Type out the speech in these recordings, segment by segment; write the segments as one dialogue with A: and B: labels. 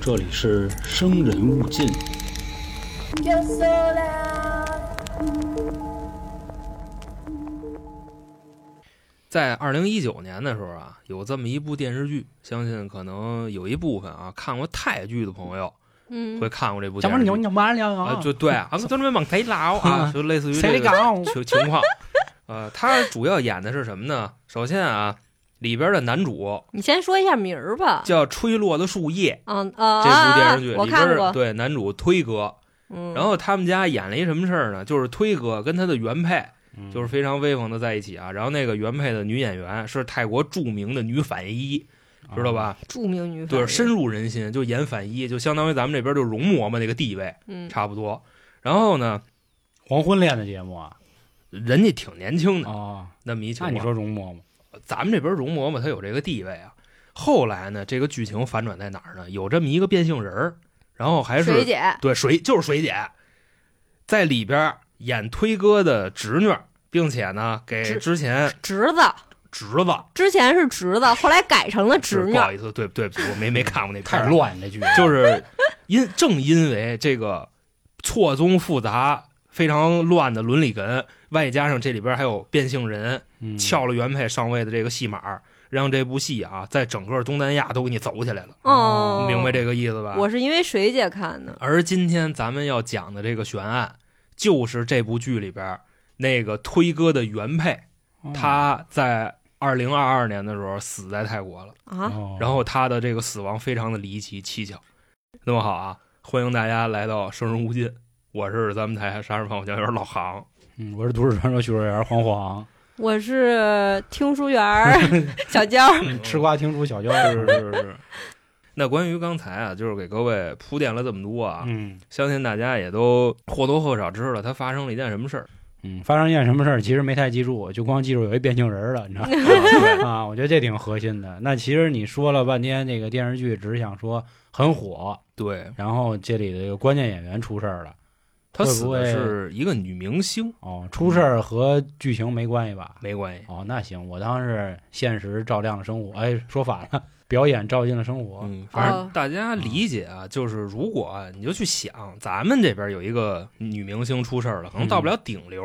A: 这里是《生人勿进》。
B: Yo sola,
C: 在二零一九年的时候啊，有这么一部电视剧，相信可能有一部分啊看过泰剧的朋友
D: 嗯
C: 会看过这部
E: 怎
C: 电
E: 么
C: 视
E: 你
C: 剧
E: 又。你完了
C: 啊
E: 啊？，
C: 就对啊，就那边往谁捞啊，
E: 嗯
C: 就类似于
E: 谁
C: 这
E: 的
C: 个
E: 岗？
C: 情情况。 呃，他主要演的是什么呢？首先啊，里边的男主
D: 你先说一下名儿吧。
C: 叫《吹落的树叶
D: 嗯》
C: 这
D: 呃，
C: 部
D: 啊
C: 电
D: 啊
C: 视剧，
D: 我
C: 里
D: 看
C: 边
D: 过
C: 儿。对男主推哥，
D: 嗯，
C: 然后他们家演了一什么事儿呢？就是推哥跟他的原配
E: 嗯
C: 就是非常威风的在一起啊。然后那个原配的女演员是泰国著名的女反一，
E: 啊
C: 知道？吧？
D: 著名女
C: 对，
D: 反
C: 深入人心，就演反一，就相当于咱们这边就容嬷嬷那个地位
D: 嗯，
C: 差不多。然后呢，
E: 黄昏恋的节目啊？
C: 人家挺年轻的，
E: 哦，嗯
C: 那么一情
E: 那
C: 况
E: 你说容嬷嬷
C: 咱们这边容嬷嬷她有这个地位啊。后来呢，这个剧情反转在哪儿呢？有这么一个变性人儿，然后还
D: 水
C: 是
D: 姐
C: 对水就是水姐，在里边儿演推哥的侄女，并且呢给
D: 侄
C: 之前
D: 侄子，
C: 侄子
D: 之前是侄子，后来改成了侄
C: 是
D: 女
C: 不。好意思，对对不起，我没没看过那片
E: 太
C: 儿啊
E: 乱这剧，
C: 就是因正因为这个错综复杂、非常乱的伦理哏，外加上这里边还有变性人
E: 嗯
C: 撬了原配上位的这个戏码儿，让这部戏啊在整个东南亚都给你走起来了，
D: 哦，
C: 明白这个意思吧？
D: 我是因为水姐看的。
C: 而今天咱们要讲的这个悬案，就是这部剧里边儿那个推哥的原配，
E: 哦
C: 他在二零二二年的时候死在泰国了。
D: 啊，
E: 哦
C: 然后他的这个死亡非常的离奇蹊跷。那么好啊，欢迎大家来到《生人勿近》，我是咱们台杀人放火家园老 行。
E: 嗯我是都市传说叙述员黄黄，
D: 我是听书 员儿小娇儿。
E: 嗯吃瓜听书 小娇
C: 嗯是是是。那关于刚才啊，就是给各位铺垫了这么多啊，
E: 嗯
C: 相信大家也都或多或少知道它发生了一件什么 事儿。
E: 嗯，发生一件什么事儿，其实没太记住，就光记住有一变性人儿了，你知道 吗？
C: 啊对
E: 啊，我觉得这挺核心的。那其实你说了半天，这个电视剧只是想说很火，
C: 对，
E: 然后这里的这个关键演员出事儿了。
C: 他死
E: 会不
C: 的
E: 会
C: 是一个女明星，
E: 哦，出事儿和剧情没关系吧？
C: 没关系。
E: 哦，那行，我当是现实照亮了生活。哎，说反了，表演照进了生活。
C: 嗯，反正
D: 哦
C: 大家理解啊，就是如果啊你就去想，咱们这边有一个女明星出事儿了，可能到不了顶流，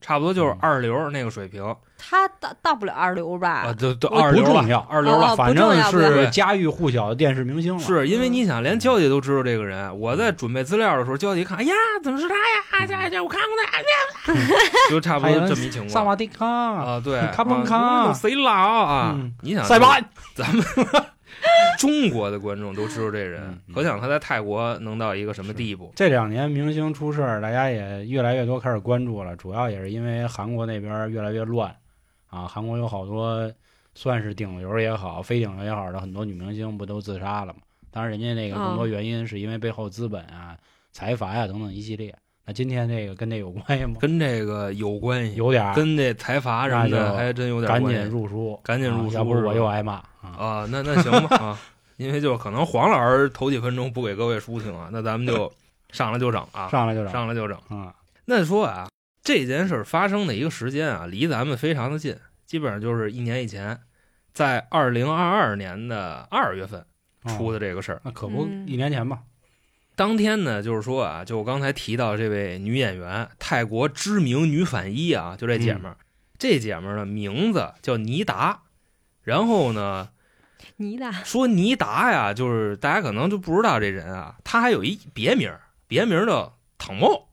C: 差不多就是
E: 嗯啊
C: 二流那个水平
D: 她到到不了二流
C: 啊，
D: 吧？
C: 都都
E: 不
C: 二流
E: 重
C: 了
E: 要，
C: 二流了。
D: 哦
E: 反
D: 不重
E: 正
D: 要不重
C: 要
E: 是家喻户晓的电视明星了。
C: 是
D: 嗯
C: 因为你想，连娇姐都知道这个人。我在准备资料的时候，娇姐一看，哎呀，怎么是他呀？这这我看过他，哎呀
E: 嗯
C: 就差不多这么一情
E: 萨
C: 况
E: 瓦迪卡，
C: 啊。对，
E: 看不看
C: 啊谁老啊
E: 嗯？
C: 你想
E: 塞巴，
C: 咱们中国的观众都知道这人
E: 嗯，嗯
C: 可想他在泰国能到一个什么地步。
E: 这两年明星出事儿，大家也越来越多开始关注了，主要也是因为韩国那边越来越乱啊，韩国有好多算是顶流也好，非顶流也好的很多女明星不都自杀了吗？当然，人家那个更多
D: 哦
E: 原因是因为背后资本啊、财阀呀、等等一系列。那今天这个跟这有关系吗？
C: 跟这个有关系，
E: 有点儿，
C: 跟这财阀什么
E: 那
C: 的
E: 就
C: 还真有点
E: 赶
C: 关
E: 紧
C: 系
E: 入书，
C: 赶紧入
E: 啊
C: 书
E: 要不
C: 是吧
E: 我又挨骂啊！
C: 啊。那那行吧啊，因为就可能黄老师头几分钟不给各位抒情啊，那咱们 就上来就整啊，
E: 上来就
C: 上来就整。
E: 啊，
C: 那说啊，这件事儿发生的一个时间啊，离咱们非常的近，基本上就是一年以前，在二零二二年的二月份
E: 哦
C: 出的这个事儿。
E: 那可不
D: 嗯
E: 一年前吧？
C: 当天呢，就是说啊，就我刚才提到这位女演员，泰国知名女反一啊，就这姐
E: 嗯
C: 们儿，这姐们儿的名字叫尼达，然后呢，
D: 你俩
C: 说尼达呀，就是大家可能就不知道这人啊，他还有一别名儿，别名儿叫躺帽，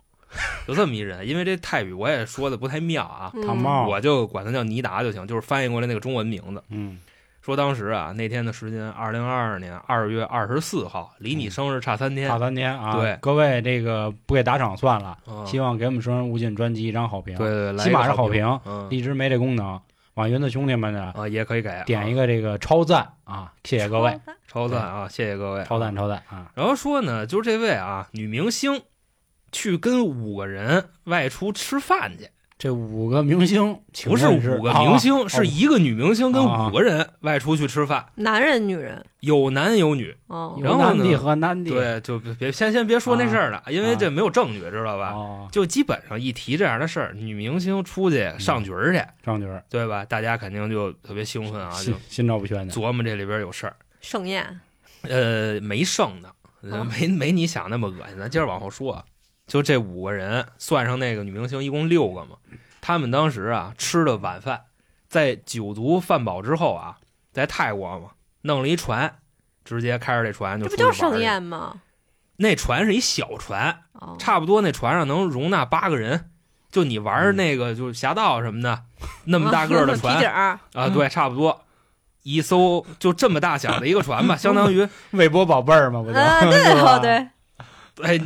C: 就这么一人。因为这泰语我也说的不太妙啊，
D: 嗯
E: 唐帽，
C: 我就管他叫尼达就行，就是翻译过来那个中文名字。
E: 嗯，
C: 说当时啊，那天的时间，二零二二年二月二十四号，离
E: 嗯
C: 你生日差三天
E: 大。三天啊！
C: 对
E: 各位这个不给打赏算了，
C: 嗯
E: 希望给我们《生人勿近》专辑一张好评。
C: 对，对，来
E: 起
C: 一个
E: 码是好
C: 好
E: 评，
C: 嗯
E: 荔枝没这功能，网易云的兄弟们呢，
C: 啊，也可以给
E: 点一
C: 个
E: 个这个超赞啊！谢谢各位，，
C: 超赞啊，谢谢各位
E: 超赞超赞啊！
C: 然后说呢，就是这位啊，女明星去跟五个人外出吃饭去。
E: 这五个明星请
C: 不是
E: 问啊
C: 五个明星，是一个女明星跟
E: 哦
C: 五个人外出去吃饭，
D: 男人女人
C: 有男有女。
D: 哦，
C: 然
E: 有
C: 后
E: 男的
C: 呢
E: 和男的，
C: 对，就别别先先别说那事儿了，因为这没有证据，知道吧？
E: 啊哦，
C: 就基本上一提这样的事儿，女明星出去
E: 嗯
C: 上局儿去，
E: 张局儿
C: 对吧？大家肯定就特别兴奋啊，就
E: 心心照不宣的
C: 琢磨这里边有事儿。
D: 盛宴
C: 呃，没剩呢，
D: 嗯
C: 没没你想那么恶心。咱接着往后说啊，就这五个人，算上那个女明星，一共六个嘛。他们当时啊吃的晚饭，在酒足饭饱之后啊，在泰国嘛弄了一船，直接开着这船就出
D: 这不
C: 去玩
D: 就
C: 儿
D: 是盛
C: 去了。
D: 宴吗？
C: 那船是一小船，
D: 哦，
C: 差不多那船上能容纳八个人。就你玩儿那个就是侠盗什么的，那么大个儿的船
D: 皮底儿，
C: 啊，对，差不多。一艘就这么大小的一个船啊 吧，相当 于
E: 韦伯宝贝儿嘛，不就？
D: 啊，对
E: 是吧
D: 哦，对，
C: 哎你，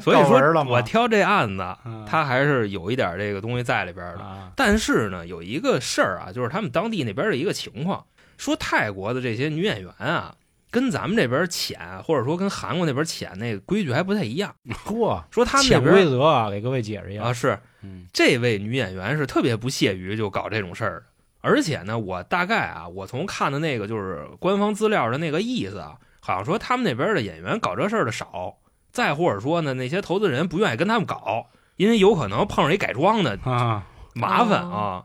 C: 所以
E: 到文儿了
C: 说
E: 吗
C: 我挑这案子，
E: 嗯
C: 它还是有一点这个东西在里边的。
E: 啊，
C: 但是呢，有一个事儿啊，就是他们当地那边的一个情况，说泰国的这些女演员啊，跟咱们这边潜，或者说跟韩国那边潜那个规矩还不太一样。
E: 嚯，
C: 说他们那
E: 潜规
C: 边
E: 则啊，给各位解释一
C: 啊，
E: 下。
C: 是
E: 嗯，
C: 这位女演员是特别不屑于就搞这种事儿的，而且呢，我大概啊，我从看的那个就是官方资料的那个意思啊，好像说他们那边的演员搞这事儿的少，再或者说呢，那些投资人不愿意跟他们搞，因为有可能碰上一改装的
E: 啊，
C: 麻烦啊
D: 哦。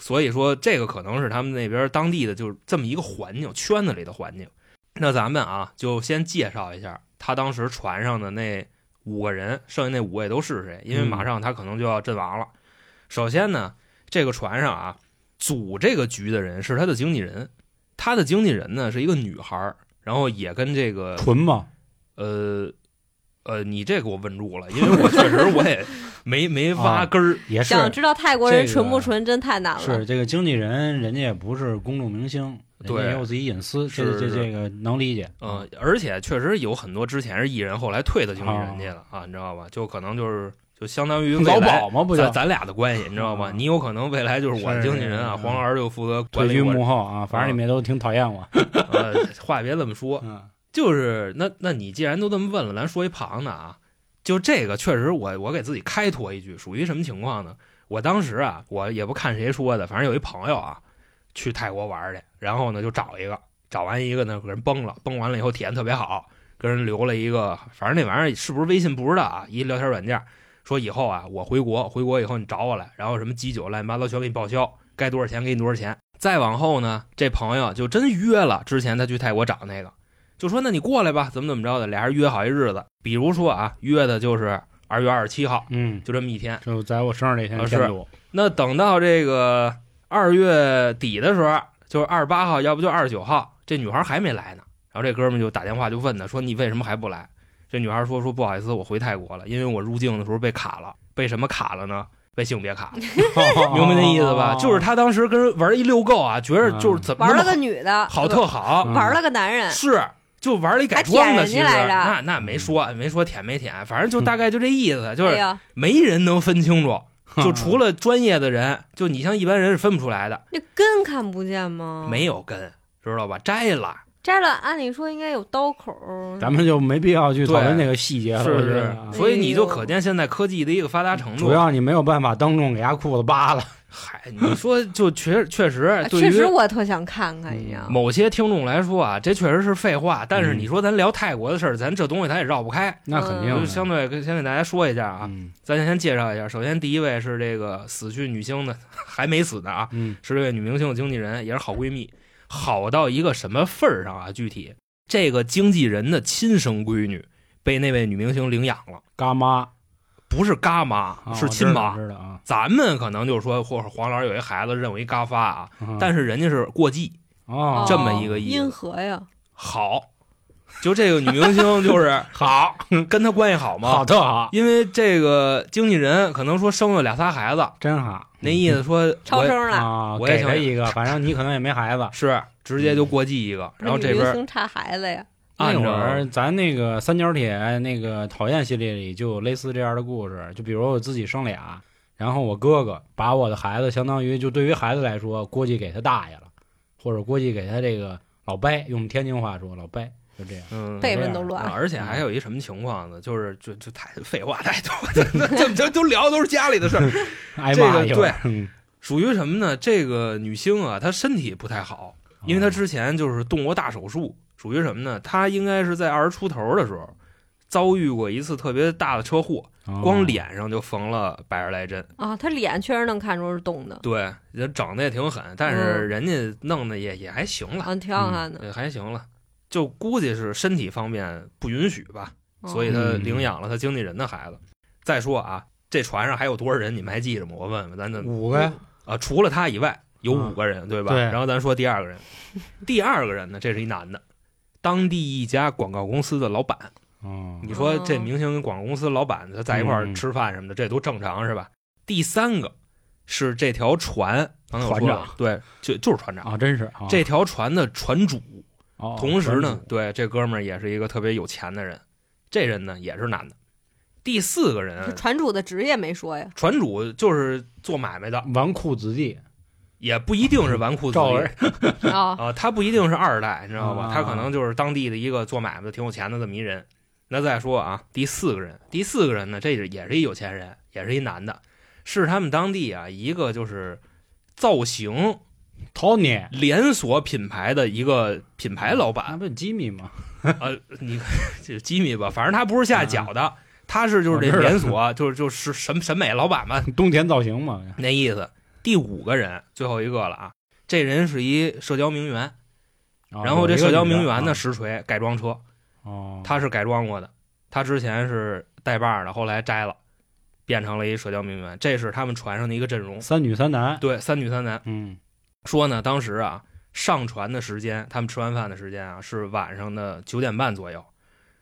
C: 所以说，这个可能是他们那边当地的就是这么一个环境，圈子里的环境。那咱们啊，就先介绍一下他当时船上的那五个人，剩下那五位都是谁？因为马上他可能就要阵亡了。首先呢，这个船上啊，组这个局的人是他的经纪人，他的经纪人呢是一个女孩儿，然后也跟这个
E: 纯嘛，
C: 呃呃，你这给我问住了，因为我确实我也没没挖根儿。
E: 也是
D: 想知道泰国人
E: 这个
D: 纯不纯，真太难了
E: 是。这个经纪人，人家也不是公众明星，人
C: 对
E: 家也有自己隐私，这
C: 是
E: 这
C: 是
E: 这个能理解。
C: 嗯，而且确实有很多之前是艺人，后来退到经纪人去了啊，你知道吧？就可能就是就相当于未
E: 老
C: 来
E: 鸨嘛，不就
C: 咱咱俩的关系，你知道吗？
E: 嗯
C: 你有可能未来就是我的经纪人啊，
E: 是是是
C: 黄老师就负责管
E: 退
C: 理
E: 居
C: 我。
E: 幕后啊？反正你们也都挺讨厌我。
C: 呃，话别这么说，
E: 嗯，
C: 就是那那你既然都这么问了，咱说一旁的啊，就这个确实我我给自己开脱一句，属于什么情况呢？我当时啊，我也不看谁说的，反正有一朋友啊，去泰国玩去，然后呢就找一个，找完一个呢给人崩了，崩完了以后体验特别好，跟人留了一个，反正那玩意儿是不是微信不知道啊，一聊天软件，说以后啊我回国，回国以后你找我来，然后什么基酒乱七八糟全给你报销，该多少钱给你多少钱。再往后呢，这朋友就真约了之前他去泰国找那个，就说那你过来吧，怎么怎么着的，俩人约好一日子，比如说啊，约的就是二月二十七号，
E: 嗯，
C: 就这么一天。
E: 就在我生日那天
C: 啊是
E: 添堵。
C: 那等到这个二月底的时候，就是二十八号，要不就二十九号，这女孩还没来呢。然后这哥们就打电话就问她说：“你为什么还不来？”这女孩说：“说不好意思，我回泰国了，因为我入境的时候被卡了，被什么卡了呢？被性别卡了， 明白那意思
E: 哦
C: 吧？就是他当时跟玩一溜够啊，觉着就是怎么
D: 玩
C: 那
D: 了
C: 么
D: 个女的，
C: 好特好，
E: 嗯
D: 玩了个男人，
C: 是，就玩了一改装的，
D: 还
C: 其实
D: 舔人家来着嗯
C: 那那没说没说舔没舔，反正
E: 嗯
C: 就大概就这意思，就
D: 哎
C: 是
D: 呀，
C: 没人能分 清楚，就除
E: 了
C: 了专业的人，就你像一般人是分不出来的，
D: 那根看不见吗？
C: 没有根，知道吧？摘了，
D: 摘了，按理说应该有刀口儿。
E: 咱们就没必要去讨论那个细节了，
C: 啊是不
E: 我觉得
C: 是
E: 啊？
C: 所以你就可见现在科技的一个发达程
E: 主
C: 度。
E: 要你没有办法当众给他裤子扒了，
C: 嗨，你说就 确确实
D: 啊
C: 哎对
D: 确实，
C: 于。嗯
D: 我特想看看，你知道吗？
C: 某些听众来说啊，这确实是废话。但是
E: 嗯
C: 你说咱聊泰国的事儿，咱这东西咱也绕不开。
E: 那肯定
D: 嗯
E: 的
C: 就相对跟先给大家说一下啊，
E: 嗯
C: 咱先介绍一下。首先，第一位是这个死去女星的， 还没死呢啊，
E: 嗯
C: 是这位女明星的经纪人，也是好闺蜜，好到一个什么份儿上啊？具体这个经纪人的亲生闺女被那位女明星领养了，
E: 嘎妈
C: 不是嘎妈，
E: 啊
C: 是
E: 我知
C: 亲
E: 道
C: 妈。
E: 知道啊。
C: 咱们可能就说，或者黄老师有一孩子认为嘎发啊，
E: 嗯
C: 但是人家是过继，
E: 哦，
C: 这么一个意思
D: 阴和呀，
C: 好。就这个女明星就是 好，跟她关系好吗？
E: 好特好，
C: 因为这个经纪人可能说生了俩仨孩子，
E: 真好。嗯
C: 那意思说
D: 超
C: 我
D: 生了，
E: 啊，
C: 我也
E: 给
C: 想
E: 他一个，反正你可能也没孩 子。
C: 是直接就过继一个，然后这
D: 那女明
C: 边
D: 星差孩子呀，
E: 那
C: 按
E: 会
C: 照
E: 儿咱那个三角铁那个讨厌系列里就有类似这样的故事，就比如我自己生俩，然后我哥哥把我的孩子，相当于就对于孩子来说，估计给他大爷了，或者估计给他这个老伯，用天津话说老伯，就这样。
C: 嗯。
D: 辈分都乱
C: 啊
D: 了。
C: 而且还有一什么情况呢？就是就就太废话太多，这这都聊的都是家里的事儿，
E: 挨骂
C: 这
E: 一
C: 个
E: 会儿， 嗯
C: 属于什么呢？这个女星啊，她身体不太好，
E: 哦
C: 因为她之前就是动过大手术，属于什么呢？她应该是在二十出头的时候遭遇过一次特别大的车祸，
E: 哦
C: 光脸上就缝了百十来针。
D: 啊，他脸确实能看出是动的，
C: 对，
D: 嗯
C: 人整的也挺狠，但是人家弄的也也还行了，嗯
D: 啊，挺好看的。
C: 也还行了。就估计是身体方面不允许吧，所以
D: 哦
C: 他
E: 嗯
C: 领养了他经纪人的孩子。再说啊，这船上还有多少人？你们还记着吗？我问问，咱这
E: 五个呀，
C: 啊，除了他以外有五个人，对吧？
E: 对
C: 然后咱说第二个 人，第二个人呢，这是一男的，当地一家广告公司的老板。
E: 哦，
C: 你说这
D: 哦
C: 明星跟广告公司老板他在一块儿
E: 嗯
C: 吃饭什么的，这都正常是吧？第三个是这条船，刚才我说
E: 船
C: 了
E: 长，
C: 对，就就是船长。
E: 啊，真是啊
C: 这条船的船主，
E: 哦
C: 同时呢
E: 真，
C: 对这哥们儿也是一个特别有钱的人，这人呢也是男的。第四个
D: 这
C: 人，
D: 船主的职业没 说呀，
C: 船主就是做买卖的，
E: 是纨绔子弟，
C: 也不一定是纨绔子
E: 赵
C: 弟
E: 儿，
D: 啊，
C: 啊，他不一定是二代，你知道吧
E: 啊？
C: 他可能就是当地的一个做买卖的挺有钱的这么一人。那再说啊，第四个人，第四个人呢，这是也是一有钱人，也是一男的，是他们当地啊一个就是造型
E: Tony，
C: 连锁品牌的一个品牌老板
E: 那，不吉米吗？
C: 呃，你就是吉米吧，反正他不是下饺的，他是就是
E: 嗯我
C: 这
E: 知道
C: 连锁，就是就是审审美老板嘛，
E: 东田造型嘛，
C: 那意思。第五个人，最后一个了啊，这人是一社交名媛，
E: 啊
C: 然后这社交名媛呢，
E: 有一个女的
C: 实锤改装车，
E: 啊哦，
C: 他是改装过的，他之前是带把儿的，后来摘了，变成了一社交名媛，这是他们船上的一个阵容，
E: 三女三男，
C: 对，三女三男。
E: 嗯，
C: 说呢，当时啊，上船的时间，他们吃完饭的时间啊，是晚上的九点半左右。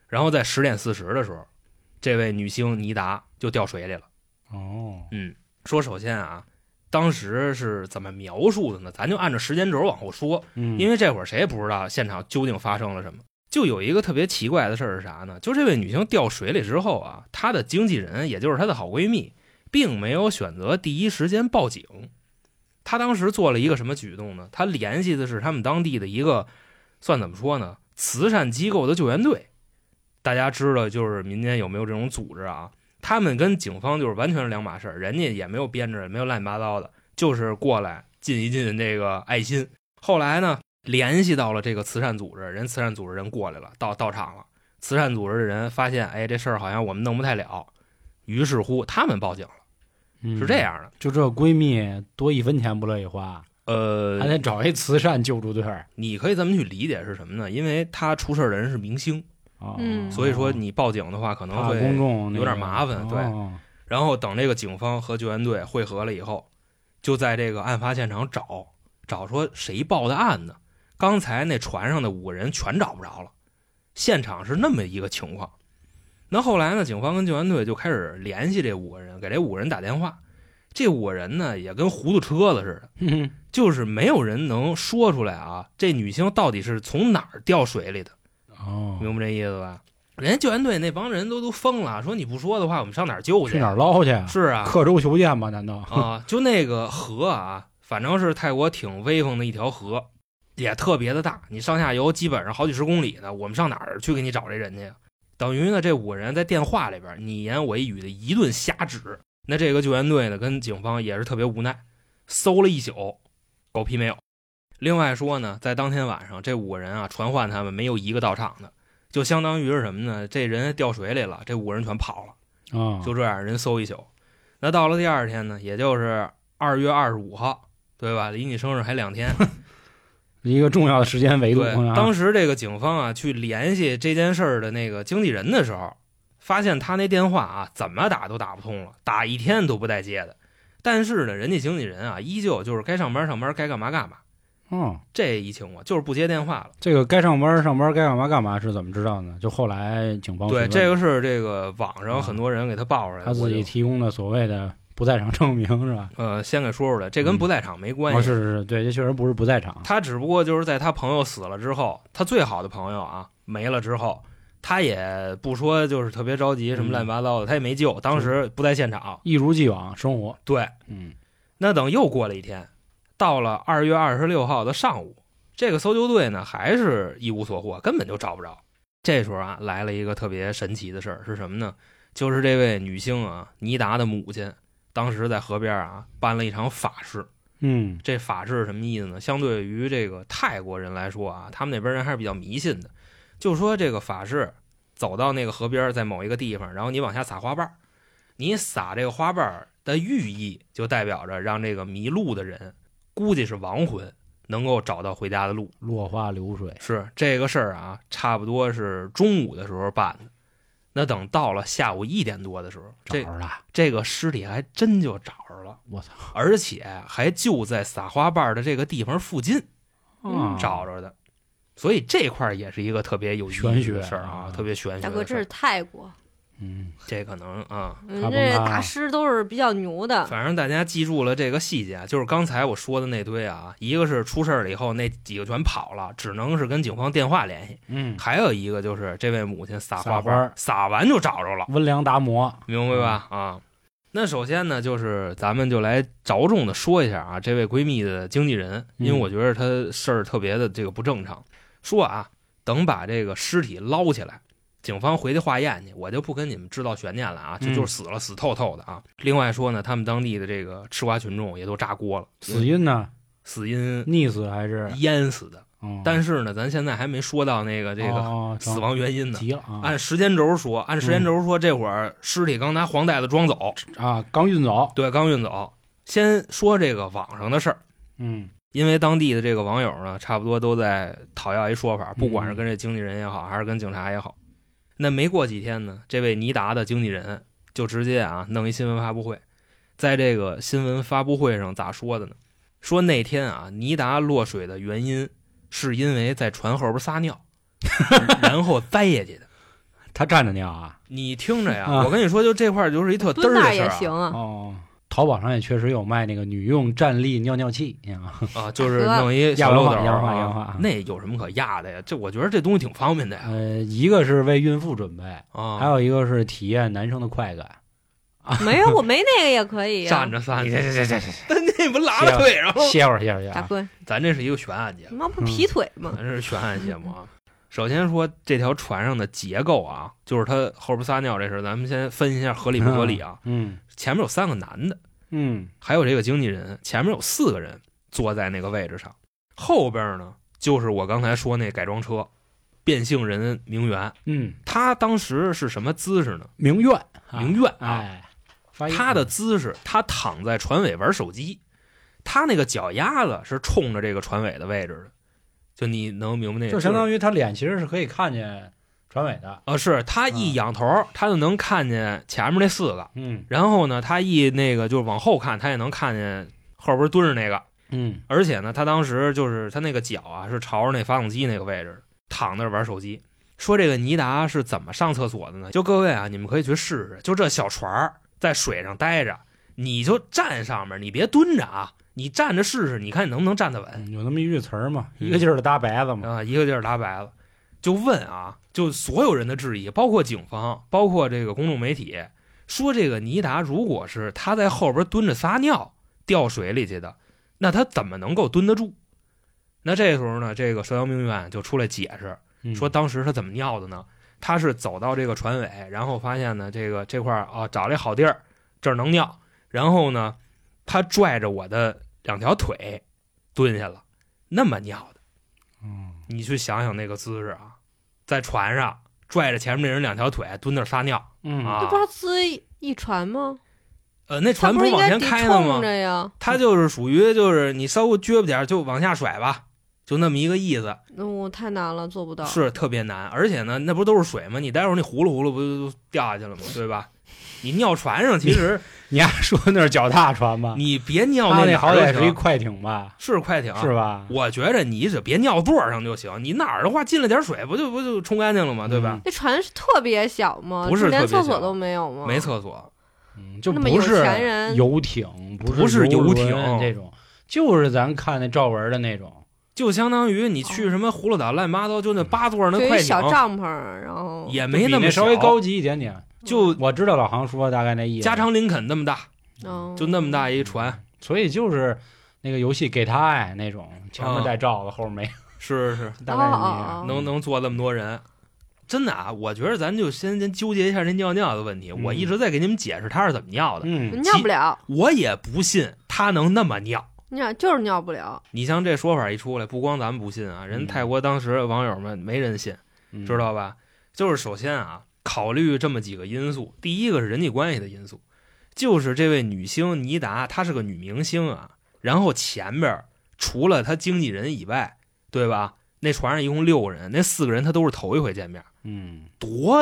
C: 然后在十点四十的时候，这位女星妮达就掉水里了。
E: 哦，
C: 嗯，说首先啊，当时是怎么描述的呢？咱就按照时间轴往后说，
E: 嗯，
C: 因
E: 为
C: 为这会儿谁也不知道现场究竟发生了什么。就有一个特别奇怪的事儿是啥呢？就这位女星掉水里之后啊，她的经纪人，也就是她的好闺蜜，并没有选择第一时间报警。她当时做了一个什么举动呢？她联系的是他们当地的一个，算怎么说呢？慈善机构的救援队。大家知道，就是民间有没有这种组织啊？他们跟警方就是完全是两码事儿，人家也没有编着，也没有乱七八糟的，就是过来尽一尽这个爱心。后来呢，联系到了这个慈善组织，人慈善组织人过来了，到到场了。慈善组织的人发现，哎，这事儿好像我们弄不太了，于是乎他们报警了，是这，样的。
E: 嗯就这闺蜜多一分钱不乐意花，还
C: 呃，
E: 得找一慈善救助队儿，
C: 你可以这么去理解是什么呢？因为他出事儿的人是明星，
E: 哦
D: 嗯
C: 所以说你报警的话可能
E: 怕
C: 会
E: 公众那
C: 有点
E: 个
C: 麻烦对
E: 哦
C: 然后等这个警方和救援队汇合了以后，就在这个案发现场找找说谁报的案呢？刚才那船上的五个人全找不着了，现场是那么一个情况。那后来呢，警方跟救援队就开始联系这五个人，给这五个人打电话。这五个人呢也跟糊涂车子似的，
E: 嗯
C: 就是没有人能说出来啊，这女星到底是从哪儿掉水里的。
E: 哦，
C: 明白这意思吧？人家救援队那帮人都都疯了，说你不说的话，我们上哪儿救
E: 去
C: 去？
E: 哪儿捞去啊？
C: 是啊，
E: 刻舟求剑吧？难道？
C: 啊，就那个河啊，反正是泰国挺威风的一条河，也特别的大，你上下游基本上好几十公里呢。我们上哪儿去给你找这人去呀？等于呢，这五个人在电话里边你言我一语的一顿瞎指。那这个救援队呢，跟警方也是特别无奈，搜了一宿，狗屁没有。另外说呢，在当天晚上，这五个人啊，传唤他们没有一个到场的，就相当于是什么呢？这人掉水里了，这五个人全跑了。
E: 啊，
C: 就这样人搜一宿。那到了第二天呢，也就是二月二十五号，对吧？离你生日还两天。
E: 一个重要的时间维度
C: 对，
E: 啊
C: 当时这个警方啊去联系这件事儿的那个经纪人的时候，发现他那电话啊怎么打都打不通了，打一天都不带接的。但是呢，人家经纪人啊依旧就是该上班上班，该干嘛干嘛。
E: 嗯，
C: 这一情况就是不接电话了。
E: 这个该上班上班，该干嘛干嘛是怎么知道呢？就后来警方询
C: 对，
E: 问
C: 这个是这个网
E: 啊
C: 上很多人给他报出来的。
E: 哦他
C: 我
E: 自
C: 就
E: 己提供的所谓的不在场证明是吧？
C: 呃，先给说出来，这跟不在场没关
E: 哦，
C: 系。
E: 是是是，对，这确实不是不在场。
C: 他只不过就是在他朋友死了之后，他最好的朋友啊没了之后，他也不说就是特别着急什么乱七八糟的，他也没救，当时不在现场。
E: 一如既往生活，
C: 对，
E: 嗯，
C: 那等又过了一天，到了二月二十六号的上午，这个搜救队呢还是一无所获，根本就找不着。这时候啊，来了一个特别神奇的事儿，是什么呢？就是这位女星啊，尼达的母亲，当时在河边啊办了一场法事。
E: 嗯，
C: 这法事是什么意思呢？相对于这个泰国人来说啊，他们那边人还是比较迷信的，就说这个法事走到那个河边儿，在某一个地方，然后你往下撒花瓣儿，你撒这个花瓣儿的寓意就代表着让这个迷路的人，估计是亡魂，能够找到回家的路。
E: 落花流水，
C: 是这个事儿啊，差不多是中午的时候办的。那等到了下午一点多的时候，
E: 找
C: 这
E: 着了，
C: 这个尸体还真就找着了，
E: 我操！
C: 而且还就在撒花瓣的这个地方附近
E: 嗯
C: 找着的，所以这块儿也是一个特别有意
E: 玄
C: 思
E: 学
C: 的事儿啊
E: 啊，
C: 特别玄学的事
D: 大
C: 儿。
D: 哥，这是泰国，
E: 嗯，
C: 这可能啊，
D: 嗯
E: 卡，布
D: 这
E: 拉
D: 大师都是比较牛的，
C: 反正大家记住了这个细节啊，就是刚才我说的那堆啊，一个是出事儿了以后那几个全跑了，只能是跟警方电话联系；
E: 嗯，
C: 还有一个就是这位母亲撒
E: 撒
C: 花
E: 花
C: 瓣儿，撒完就找着了。
E: 温良达摩，
C: 明白吧？
E: 嗯
C: 啊，那首先呢，就是咱们就来着重的说一下啊，这位闺蜜的经纪人，因为
E: 嗯
C: 我觉得她事儿特别的这个不正常。说啊，等把这个尸体捞起来，警方回去化验去，我就不跟你们制造悬念了啊，这
E: 嗯
C: 就是死了，死透透的啊。另外说呢，他们当地的这个吃瓜群众也都炸锅了，
E: 死因呢？
C: 死因
E: 溺死还是？
C: 淹死的。
E: 嗯
C: 但是呢，咱现在还没说到那个这个
E: 哦
C: 死亡原因呢。
E: 急了啊
C: 按时间轴说，按时间
E: 嗯
C: 轴说，这会儿尸体刚拿黄袋子装走，
E: 啊！刚运走，
C: 对，刚运走。先说这个网上的事儿，
E: 嗯，
C: 因为当地的这个网友呢，差不多都在讨要一说法，不管是
E: 嗯
C: 跟这经纪人也好，还是跟警察也好。那没过几天呢，这位尼达的经纪人就直接啊弄一新闻发布会，在这个新闻发布会上咋说的呢？说那天啊，尼达落水的原因是因为在船后边撒 尿，然后栽下去的。
E: 他站着尿啊。
C: 你听着呀，
E: 啊
C: 我跟你说，就这块儿就是一特嘚
D: 蹲
C: 儿
D: 那
C: 的
D: 儿
C: 事
D: 也
C: 儿啊
D: 行啊，
E: 哦，淘宝上也确实有卖那个女用站立尿尿器啊。
C: 啊，就是弄一小漏斗儿啊
E: 亚文化亚文化啊
C: 那有什么可压的呀？这我觉得这东西挺方便的呀。
E: 呃，一个是为孕妇准备，
C: 啊，
E: 还有一个是体验男生的快感。
D: 没有我没那个也可以啊
C: 站。着撒，
E: 你
C: 你
E: 这
C: 这
E: 这这这
C: 那不拉到腿上了？
E: 歇会儿歇
C: 啊
E: 会儿歇会
D: 大
E: 儿。
D: 哥，
C: 咱这是一个悬案节
D: 他
C: 目，
D: 妈不劈腿吗？
C: 咱这是悬案节目啊。首先说这条船上的结构啊，就是它后边撒尿这事儿，咱们先分析一下合理不合理啊。
E: 嗯
C: 前面有三个男的，
E: 嗯
C: 还有这个经纪人，前面有四个人坐在那个位置上，后边呢就是我刚才说那改装车，变性人名媛，
E: 嗯，
C: 他当时是什么姿势呢？
E: 明愿啊
C: 名媛啊，
E: 哎，发音
C: 他的姿势，他躺在船尾玩手机，他那个脚丫子是冲着这个船尾的位置的，就你能明白那个？
E: 就相
C: 于
E: 当于他脸其实是可以看见船尾的。
C: 啊，是他一仰头，
E: 啊
C: 他就能看见前面那四个，
E: 嗯
C: 然后呢，他一那个就是往后看，他也能看见后边蹲着那个，
E: 嗯
C: 而且呢，他当时就是他那个脚啊是朝着那发动机那个位置的，躺那儿玩手机。说这个尼达是怎么上厕所的呢？就各位啊，你们可以去试试，就这小船儿在水上待着，你就站上面，你别蹲着啊，你站着试试，你看你能不能站得稳
E: 嗯，有那么一句词儿嘛，
C: 嗯
E: 一个劲儿的搭白子嘛。
C: 啊、一个劲儿拉白了，就问啊，就所有人的质疑，包括警方，包括这个公众媒体，说这个尼达如果是他在后边蹲着撒尿掉水里去的，那他怎么能够蹲得住？那这时候呢，这个蛇妖命运就出来解释，
E: 嗯
C: 说当时他怎么尿的呢？他是走到这个船尾，然后发现呢，这个这块儿啊，找了一好地儿，这儿能尿。然后呢，他拽着我的两条腿蹲下了，那么尿的。
E: 嗯
C: 你去想想那个姿势啊，在船上拽着前面那人两条腿蹲那儿撒尿
E: 嗯
C: 啊
D: 这不，是滋一船吗？
C: 呃，那
D: 他
C: 船
D: 不是
C: 是
D: 应
C: 往
D: 该
C: 前
D: 抵
C: 开呢
D: 冲
C: 吗？
D: 着呀？
C: 他就是属于就是你稍微撅吧点儿就往下甩吧，就那么一个意思，
D: 那我太难了，做不到。
C: 是特别难。而且呢，那不都是水吗？你待会儿你呼噜呼噜不就就掉下去了吗？对吧？你尿船上，其实
E: 你还说那是脚踏船吧？
C: 你别尿
E: 他
C: 哪
E: 好
C: 儿
E: 歹
C: 就
E: 一
C: 是行，
E: 快艇吧？
C: 是快艇，
E: 是吧？
C: 我觉着你只别尿座上就行，你哪儿的话进了点水，不就不就冲干净了吗？啊
E: 嗯
C: 对吧？
D: 那船是特别小吗？
C: 不是
D: 就连
C: 特别
D: 厕
C: 小
D: 所都没有吗？
C: 没厕所，
E: 嗯，就
D: 那么
E: 不
D: 有
E: 是
D: 钱人
E: 游艇，
C: 不是
E: 是
C: 游
E: 游
C: 艇
E: 轮这种，就是咱看那赵文的那种。
C: 就相当于你去什么葫芦岛乱七八糟，就那八座那
D: 就
C: 快
D: 一
C: 艇，
D: 哦小帐篷，然后
C: 也
E: 就
C: 没
E: 比
C: 么
E: 稍
C: 小
E: 微，高级一点点。
C: 就
E: 我知道老航说大概那意思，
C: 加长林肯那么大，
D: 嗯
C: 就那么大一船。
E: 所以就是那个游戏给他爱那种，前面带罩子，后面没，
C: 是是是，
E: 大概是那
D: 哦
E: 样。
C: 啊能能坐那么多人，真的啊！我觉得咱就先先纠结一下这尿尿的问题。
E: 嗯
C: 我一直在给你们解释他是怎么尿的，
E: 嗯，
D: 尿不了，
C: 我也不信他能那么尿。
D: 尿就是尿不了。
C: 你像这说法一出来，不光咱们不信啊，人
E: 嗯
C: 泰国当时网友们没人信，
E: 嗯
C: 知。道吧？就是首先啊，考虑这么几个因素，第一个是人际关系的因素，就是这位女星尼达，她是个女明星啊，然后前边儿除了他经纪人以外，对吧？那船上一共六个人，那四个人他都是头一回见面，
E: 嗯，
C: 多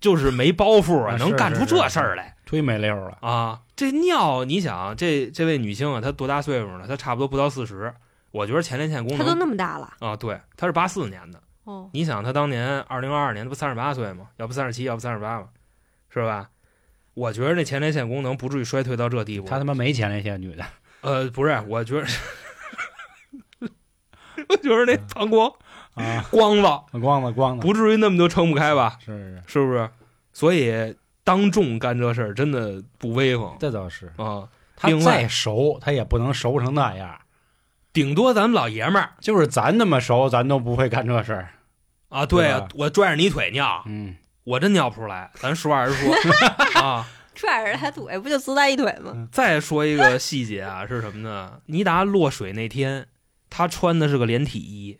C: 就是没包袱啊，
E: 啊
C: 能
E: 是
C: 干
E: 是
C: 出
E: 是
C: 这
E: 是
C: 事儿来
E: 忒没溜儿了。
C: 啊！这尿，你想这这位女性啊，她多大岁数呢？她差不多不到四十，我觉得前列腺功
D: 他都
C: 能
D: 那么大了，
C: 啊，对，她是八四年的，
D: 哦，
C: 你想她当年二零二二年不三十八岁吗？要不三十七，要不三十八嘛，是吧？我觉得那前列腺功能不至于衰退到这地步。
E: 他他妈没钱那些女 的，
C: 呃，不是，我觉得， 我觉得那
E: 嗯
C: 膀胱
E: 啊，
C: 光了，
E: 光了光了，
C: 不至于那么就撑不开吧？
E: 是是，
C: 是不是？所以当众干这事儿真的不威风
E: 这倒是。
C: 啊！
E: 他
C: 另外
E: 再熟，他也不能熟成那样。
C: 顶多咱们老爷们儿
E: 就是咱那么熟，咱都不会干这事儿。
C: 啊，对
E: 对
C: 啊
E: 吧，
C: 我拽着你腿尿，
E: 嗯，
C: 我真尿不出来。咱实话实 说啊。
D: 踹着他腿不就自带一腿吗？
C: 再说一个细节啊，是什么呢？ 尼达落水那天，他穿的是个连体衣，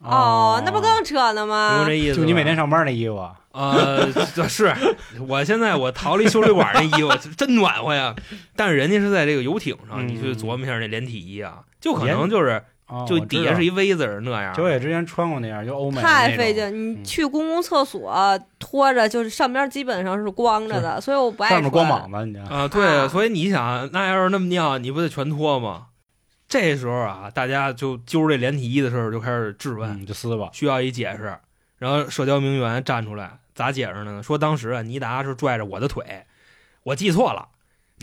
D: 哦，那不更扯呢
C: 明白
D: 吗
C: 这？意思吧？
E: 就你每天上班那衣服，啊
C: 呃，这 是我现在我逃离修旅馆那衣服 真暖和呀，但是人家是在这个游艇上，
E: 嗯
C: 你去琢磨一下那连体衣啊，就可能就是
E: 哦
C: 就底下是一 V 字儿那样，
E: 九尾之前穿过那样，就欧美
D: 太
E: 那种
D: 费劲！
E: 嗯
D: 你去公共厕所拖着，就是上边基本上是光着的，所以我不爱
E: 上面光
D: 穿
E: 膀子，你知道？
C: 啊，对啊，
D: 啊
C: 所以你想，那要是那么尿，你不得全脱吗？这时候啊，大家就揪着这连体衣的时候就开始质问，
E: 嗯，就撕吧。
C: 需要一解释。然后社交名媛站出来咋解释呢？说当时啊，尼达是拽着我的腿，我记错了，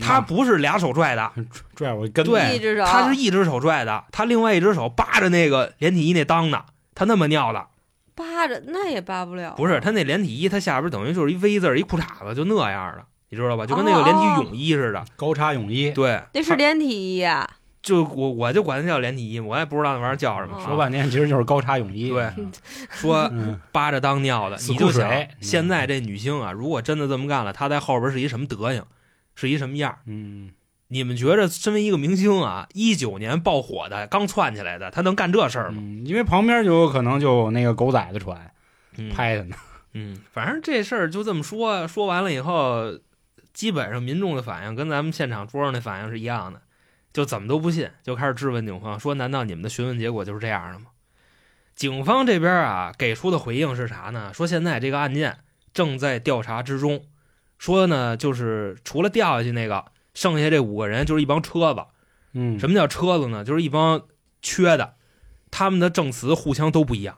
E: 嗯
C: 他不是俩手拽的，
E: 拽我跟
C: 对
D: 一只手，
C: 他是一只手拽的，他另外一只手扒着那个连体衣那裆呢，他那么尿的，
D: 扒着，那也扒不了。
C: 不是他那连体衣，他下边等于就是一 V 字儿一裤衩子，就那样的，你知道吧？就跟那个连体泳衣似的。
E: 高叉泳衣，
C: 对，
D: 那是连体衣啊，
C: 就我我就管它叫连体衣，我也不知道那玩意儿叫什么。
D: 哦
E: 说半天其实就是高叉泳衣。
C: 对
E: 嗯
C: 说
E: 嗯，
C: 扒着裆尿的，
E: 死
C: 你就
E: 裤水
C: 想
E: 嗯
C: 现在这女星啊，如果真的这么干了，她在后边是一什么德行，是一什么样儿？
E: 嗯，
C: 你们觉着身为一个明星啊，一九年爆火的，刚窜起来的，她能干这事儿吗？
E: 嗯因为旁边就有可能就有那个狗仔的船
C: 嗯
E: 拍的 呢。
C: 嗯，反正这事儿就这么说，说完了以后，基本上民众的反应跟咱们现场桌上的反应是一样的，就怎么都不信，就开始质问警方说：“难道你们的询问结果就是这样的吗？”警方这边啊给出的回应是啥呢？说现在这个案件正在调查之中，说呢就是除了掉下去那个，剩下这五个人就是一帮车子。
E: 嗯，
C: 什么叫车子呢？就是一帮缺的，他们的证词互相都不一样。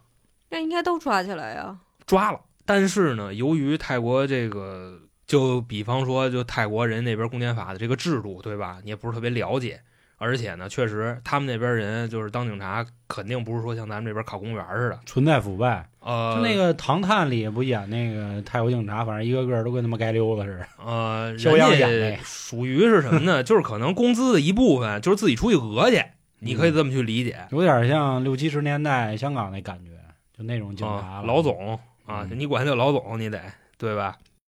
D: 那应该都抓起来呀。
C: 抓了。但是呢，由于泰国这个，就比方说，就泰国人那边公检法的这个制度，对吧？你也不是特别了解，而且呢，确实他们那边人就是当警察，肯定不是说像咱们这边考公务员似的。
E: 存在腐败？
C: 呃，
E: 就那个《唐探》里不演那个泰国警察，反正一个个都跟他妈街溜子似的。
C: 呃，
E: 肖央演
C: 人家属于是什么呢？就是可能工资的一部分，就是自己出去讹去， 你
E: 嗯
C: 可以这么去理解。
E: 有点像六七十年代香港那感觉，就那种警察
C: 啊
E: 了、
C: 老总啊，
E: 嗯
C: 你管他叫老总，你得对吧？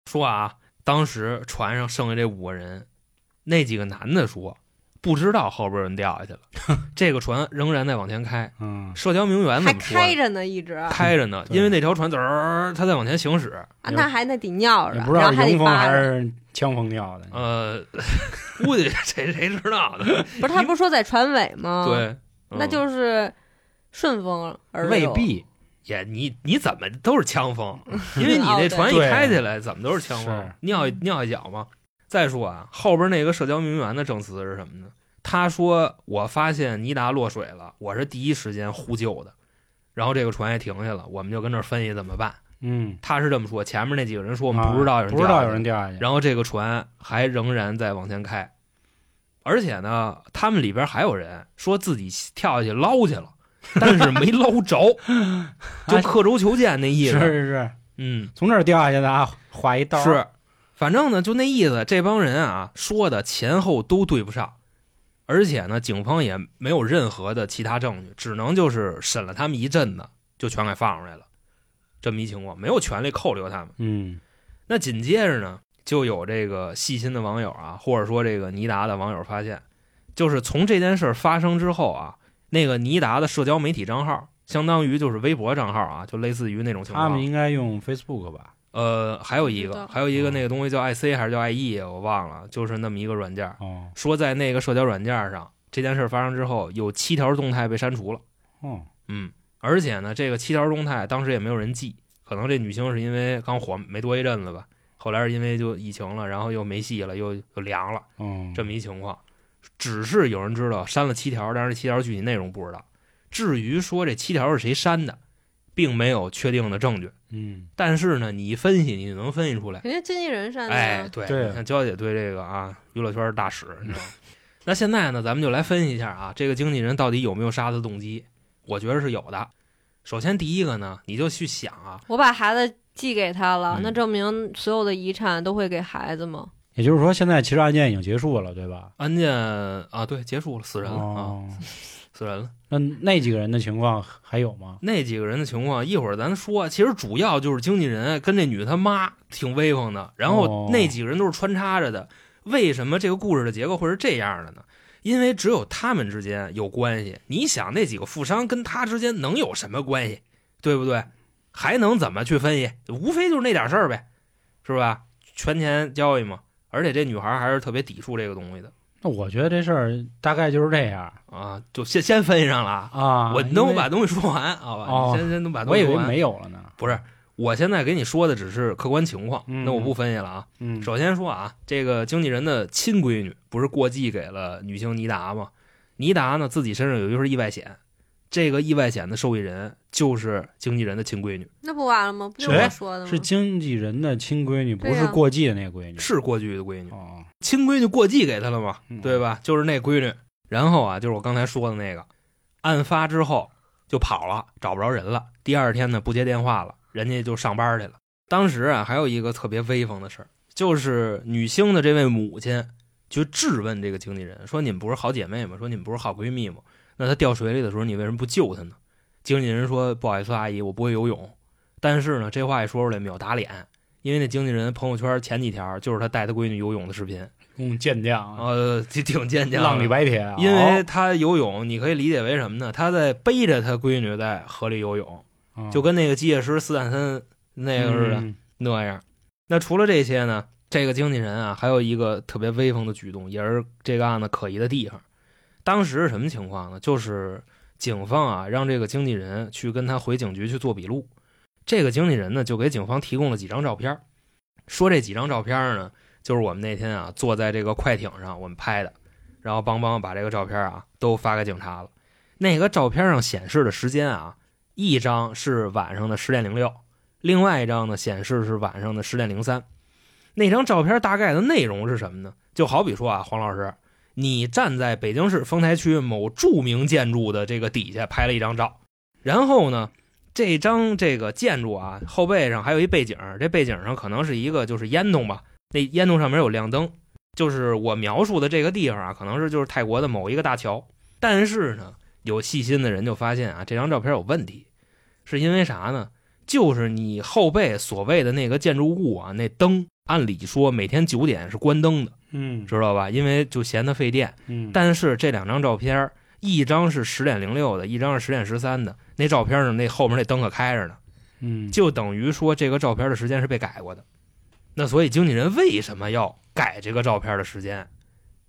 C: 说啊，当时船上剩下这五个人，那几个男的说不知道后边有人掉下去了， 这个船仍然在往前开。
E: 嗯，
C: 社交名媛
D: 还
C: 怎么说呢？
D: 开着呢，一直啊，
C: 开着呢，
E: 对
C: 因为那条船滋儿，它在往前行驶。
D: 那还那得尿着，
E: 也
D: 啊然
E: 不知道
D: 后
E: 是
D: 还
E: 迎
D: 得
E: 风
D: 扒
E: 还
D: 着。
E: 是枪风尿的。
C: 呃，
E: 嗯
C: 估计 谁谁知道的？
D: 不是他不是说在船尾吗？，
C: 对，嗯
D: 那就是顺风而
E: 未
D: 流
E: 必，
C: 也你你怎么都是枪风，因为你那船一
E: 对
C: 开起来，怎么都是枪风
E: 是，
C: 尿一尿一脚嘛。再说啊，后边那个社交名媛的证词是什么呢？他说：“我发现尼达落水了，我是第一时间呼救的，然后这个船也停下了，我们就跟这儿分析怎么办。
E: 嗯”，
C: 他是这么说，前面那几个人说我
E: 我
C: 们不知道有人、
E: 啊不知道有人，掉下去，
C: 然后这个船还仍然在往前开，而且呢，他们里边还有人说自己跳下去捞去了， 但是没 捞着，就刻舟求剑那意
E: 是
C: 思。
E: 是是，
C: 嗯，
E: 从这儿掉下去的啊，划一道儿
C: 是，反正呢，就那意思，这帮人啊说的前后都对不上，而且呢，警方也没有任何的其他证据，只能就是审了他们一阵子，就全给放出来了，这么一情况，没有权利扣留他们。
E: 嗯，
C: 那紧接着呢，就有这个细心的网友啊，或者说这个尼达的网友发现，就是从这件事儿发生之后啊，那个尼达的社交媒体账号，相当于就是微博账号啊，就类似于那种情
E: 他们
C: 况。
E: 应该用 Facebook 吧？
C: 呃，还有一
D: 不知
C: 个，
D: 道
C: 还有一个
E: 嗯
C: 那个 E，东西叫 IC 还是叫 IE，我忘了，就是那么一个软件儿，
E: 哦，
C: 说在那个社交软件上这件事儿发生之后，有七条动态被删除了。
E: 哦，
C: 嗯，而且呢，这个七条动态当时也没有人记，可能这女星是因为刚火没多一阵子吧，后来是因为就疫情了，然后又没戏了，又又凉了，
E: 嗯，
C: 这么一情况。只是有人知道删了七条，但是七条具体内容不知道。至于说这七条是谁删的，并没有确定的证据。
E: 嗯，
C: 但是呢，你一分析，你就能分析出来。
D: 人家经纪人啊删的
C: 哎，
D: 呀，
C: 对，
E: 对
C: 你看嗯娇姐对这个啊娱乐圈是大使，你知道吗？那现在呢，咱们就来分析一下啊，这个经纪人到底有没有杀的动机？我觉得是有的。首先第一个呢，你就去想啊，
D: 我把孩子寄给他了，
C: 嗯
D: 那证明所有的遗产都会给孩子吗？
E: 也就是说，现在其实案件已经结束了，对吧？
C: 案件啊，对，结束了，死人了、啊，
E: 哦，
C: 死人了。
E: 那那几个人的情况还有吗？
C: 那几个人的情况一会儿咱说，其实主要就是经纪人跟这女他妈挺威风的，然后
E: 哦
C: 那几个人都是穿插着的。为什么这个故事的结构会是这样的呢？因为只有他们之间有关系。你想，那几个富商跟他之间能有什么关系，对不对？还能怎么去分析？无非就是那点事儿呗，是吧？权钱交易嘛。而且这女孩还是特别抵触这个东西的
E: 那我觉得这事儿大概就是这样
C: 啊，就先先分析上了啊。
E: 啊。
C: 我
E: 因
C: 能
E: 为
C: 把东西说完，好吧？
E: 哦
C: 你先先能把东
E: 我
C: 西
E: 以
C: 说
E: 为
C: 完。
E: 没有了呢。
C: 不是，我现在给你说的只是客观情况，
E: 嗯
C: 那我不分析了啊。
E: 嗯，
C: 首先说啊，这个经纪人的亲闺女不是过继给了女星妮达吗？妮达呢自己身上有一份意外险，这个意外险的受益人就是经纪人的亲闺女，
D: 那不完了吗？不就是
C: 哎
E: 谁
D: 我说的吗？
E: 是经纪人的亲闺女，不
D: 对啊
E: 是
D: 呀
E: 过继的那个闺女。
C: 是过继的闺女，
E: 哦，
C: 亲闺女过继给她了嘛，
E: 嗯
C: 对吧？就是那闺女。然后啊，就是我刚才说的那个，案发之后就跑了，找不着人了。第二天呢，不接电话了，人家就上班去了。当时啊，还有一个特别威风的事儿，就是女星的这位母亲就质问这个经纪人说：“你们不是好姐妹吗？说你们不是好闺蜜吗？那她掉水里的时候，你为什么不救她呢？”经纪人说：“不好意思，阿姨，我不会游泳。”但是呢，这话一说出来，秒打脸，因为那经纪人朋友圈前几条就是他带他闺女游泳的视频。
E: 嗯，健将啊，
C: 呃，挺挺健 将的，
E: 浪里白铁啊，
C: 因为他游泳，你可以理解为什么呢？他在背着他闺女在河里游泳，
E: 哦
C: 就跟那个机械师斯坦森那个似的、
E: 嗯
C: 那样。那除了这些呢，这个经纪人啊，还有一个特别威风的举动，也是这个案子可疑的地方。当时是什么情况呢？就是警方啊，让这个经纪人去跟他回警局去做笔录。这个经纪人呢，就给警方提供了几张照片儿，说这几张照片儿呢，就是我们那天啊坐在这个快艇上我们拍的，然后邦邦把这个照片儿啊都发给警察了。那个照片上显示的时间啊，一张是晚上的十点零六，另外一张呢显示是晚上的十点零三。那张照片大概的内容是什么呢？就好比说啊，黄老师，你站在北京市丰台区某著名建筑的这个底下拍了一张照，然后呢，这张这个建筑啊后背上还有一背景，这背景上可能是一个就是烟囱吧，那烟囱上面有亮灯，就是我描述的这个地方啊，可能是就是泰国的某一个大桥。但是呢，有细心的人就发现啊，这张照片有问题，是因为啥呢？就是你后背所谓的那个建筑物啊，那灯，按理说每天九点是关灯的，
E: 嗯
C: 知道吧？因为就嫌它费电。
E: 嗯，
C: 但是这两张照片儿，一张是十点零六的，一张是十点十三的。那照片呢，那后面那灯可开着呢，
E: 嗯
C: 就等于说这个照片的时间是被改过的。那所以经纪人为什么要改这个照片的时间？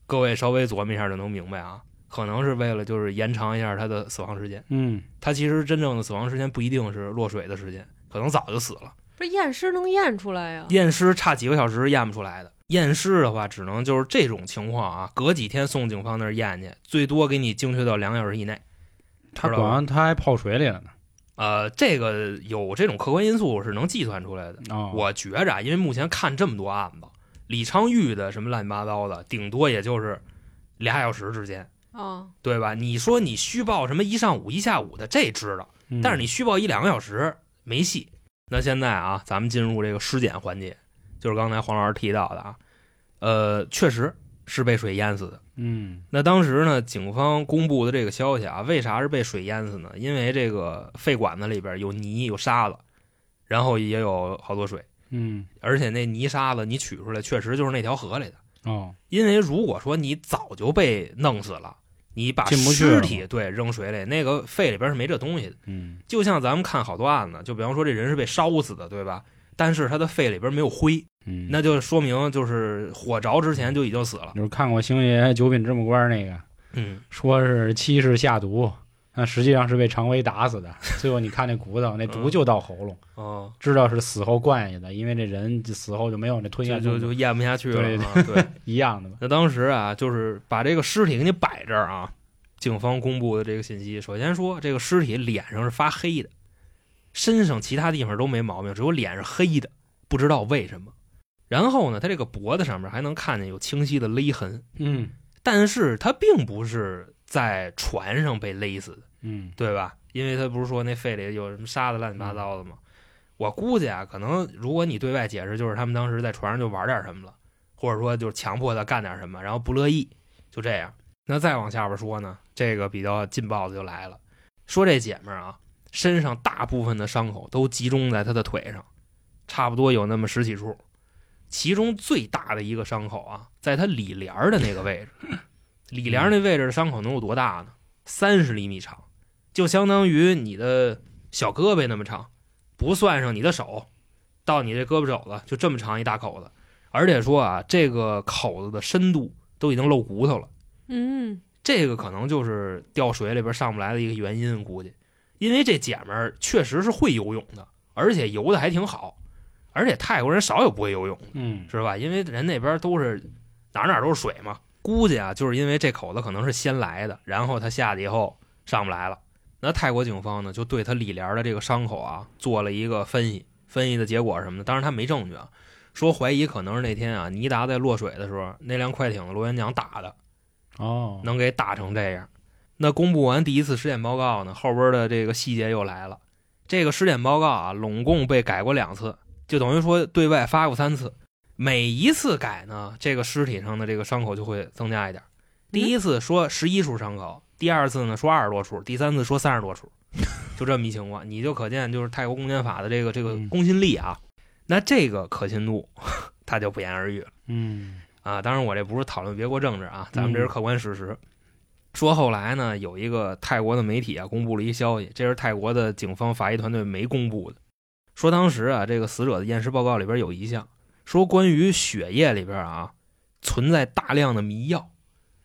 C: 各位稍微琢磨一下就能明白啊，可能是为了就是延长一下他的死亡时间。
E: 嗯
C: 他其实真正的死亡时间不一定是落水的时间，可能早就死了。
D: 不是验尸能验出来呀、
C: 验尸差几个小时验不出来的。验尸的话，只能就是这种情况啊，隔几天送警方那儿验去，最多给你精确到两个小时以内。
E: 他
C: 知道吧
E: 管完他还泡水里了呢。
C: 呃，这个有这种客观因素是能计算出来的。
E: 哦，
C: 我觉着啊，因为目前看这么多案子，李昌钰的什么乱七八糟的，顶多也就是俩小时之间，
D: 啊？哦，
C: 对吧？你说你虚报什么一上午、一下午的，这知道，
E: 嗯
C: 但是你虚报一两个小时没戏。那现在啊，咱们进入这个尸检环节，就是刚才黄老师提到的啊，呃，确实是被水淹死的。
E: 嗯
C: 那当时呢，警方公布的这个消息啊，为啥是被水淹死呢？因为这个肺管子里边有泥、有沙子，然后也有好多水，
E: 嗯
C: 而且那泥沙子你取出来，确实就是那条河里的。
E: 哦
C: 因为如果说你早就被弄死了，你把
E: 进不去
C: 尸
E: 了
C: 体对扔水里，那个肺里边是没这东西的。
E: 嗯
C: 就像咱们看好多案子，就比方说这人是被烧死的，对吧？但是他的肺里边没有灰，
E: 嗯，
C: 那就说明就是火着之前就已经死了。
E: 就是看过星爷《九品芝麻官》那个
C: 嗯，
E: 说是七是下毒，那实际上是被常威打死 的。最后你看那骨头，那毒就到喉咙，
C: 哦，
E: 知道是死后灌下去的，因为这人死后就没有那吞
C: 就
E: 咽
C: 就
E: 动
C: 就
E: 作
C: 咽不下去
E: 对
C: 了、啊。对
E: 一样的嘛。
C: 那当时啊，就是把这个尸体给你摆这儿啊。警方公布的这个信息，首先说这个尸体脸上是发黑的，身上其他地方都没毛病，只有脸是黑的，不知道为什么。然后呢，他这个脖子上面还能看见有清晰的勒痕，
E: 嗯
C: 但是他并不是在船上被勒死的，
E: 嗯
C: 对吧？因为他不是说那肺里有什么沙子乱七八糟的吗？我估计啊，可能如果你对外解释，就是他们当时在船上就玩点什么了，或者说就是强迫他干点什么，然后不乐意，就这样。那再往下边说呢，这个比较劲爆的就来了，说这姐们儿啊，身上大部分的伤口都集中在她的腿上，差不多有那么十几处，其中最大的一个伤口啊，在她里帘儿的那个位置，里帘儿那位置的伤口能有多大呢？三十厘米长，就相当于你的小胳膊那么长，不算上你的手，到你这胳膊肘子就这么长一大口子，而且说啊，这个口子的深度都已经露骨头了。
D: 嗯，
C: 这个可能就是掉水里边上不来的一个原因，估计，因为这姐们儿确实是会游泳的，而且游的还挺好，而且泰国人少有不会游泳的，
E: 嗯
C: 是吧？因为人那边都是哪儿哪儿都是水嘛，估计啊，就是因为这口子可能是先来的，然后他下去以后上不来了。那泰国警方呢，就对他里帘的这个伤口啊做了一个分析，分析的结果是什么呢？当然他没证据啊，说怀疑可能是那天啊尼达在落水的时候，那辆快艇的螺旋桨打的，
E: 哦，
C: 能给打成这样。那公布完第一次尸检报告呢，后边的这个细节又来了。这个尸检报告啊，拢共被改过两次，就等于说对外发过三次。每一次改呢，这个尸体上的这个伤口就会增加一点。第一次说十一处伤口，第二次呢说二十多处，第三次说三十 多处，就这么一情况，你就可见就是泰国公检法的这个这个
E: 嗯
C: 公信力啊。那这个可信度， 它就不言而喻了。
E: 嗯
C: 啊，当然我这不是讨论别国政治啊，咱们这是
E: 嗯
C: 客观事实。说后来呢，有一个泰国的媒体啊，公布了一消息，这是泰国的警方法医团队没公布的，说当时啊，这个死者的验尸报告里边有一项说关于血液里边啊存在大量的迷药，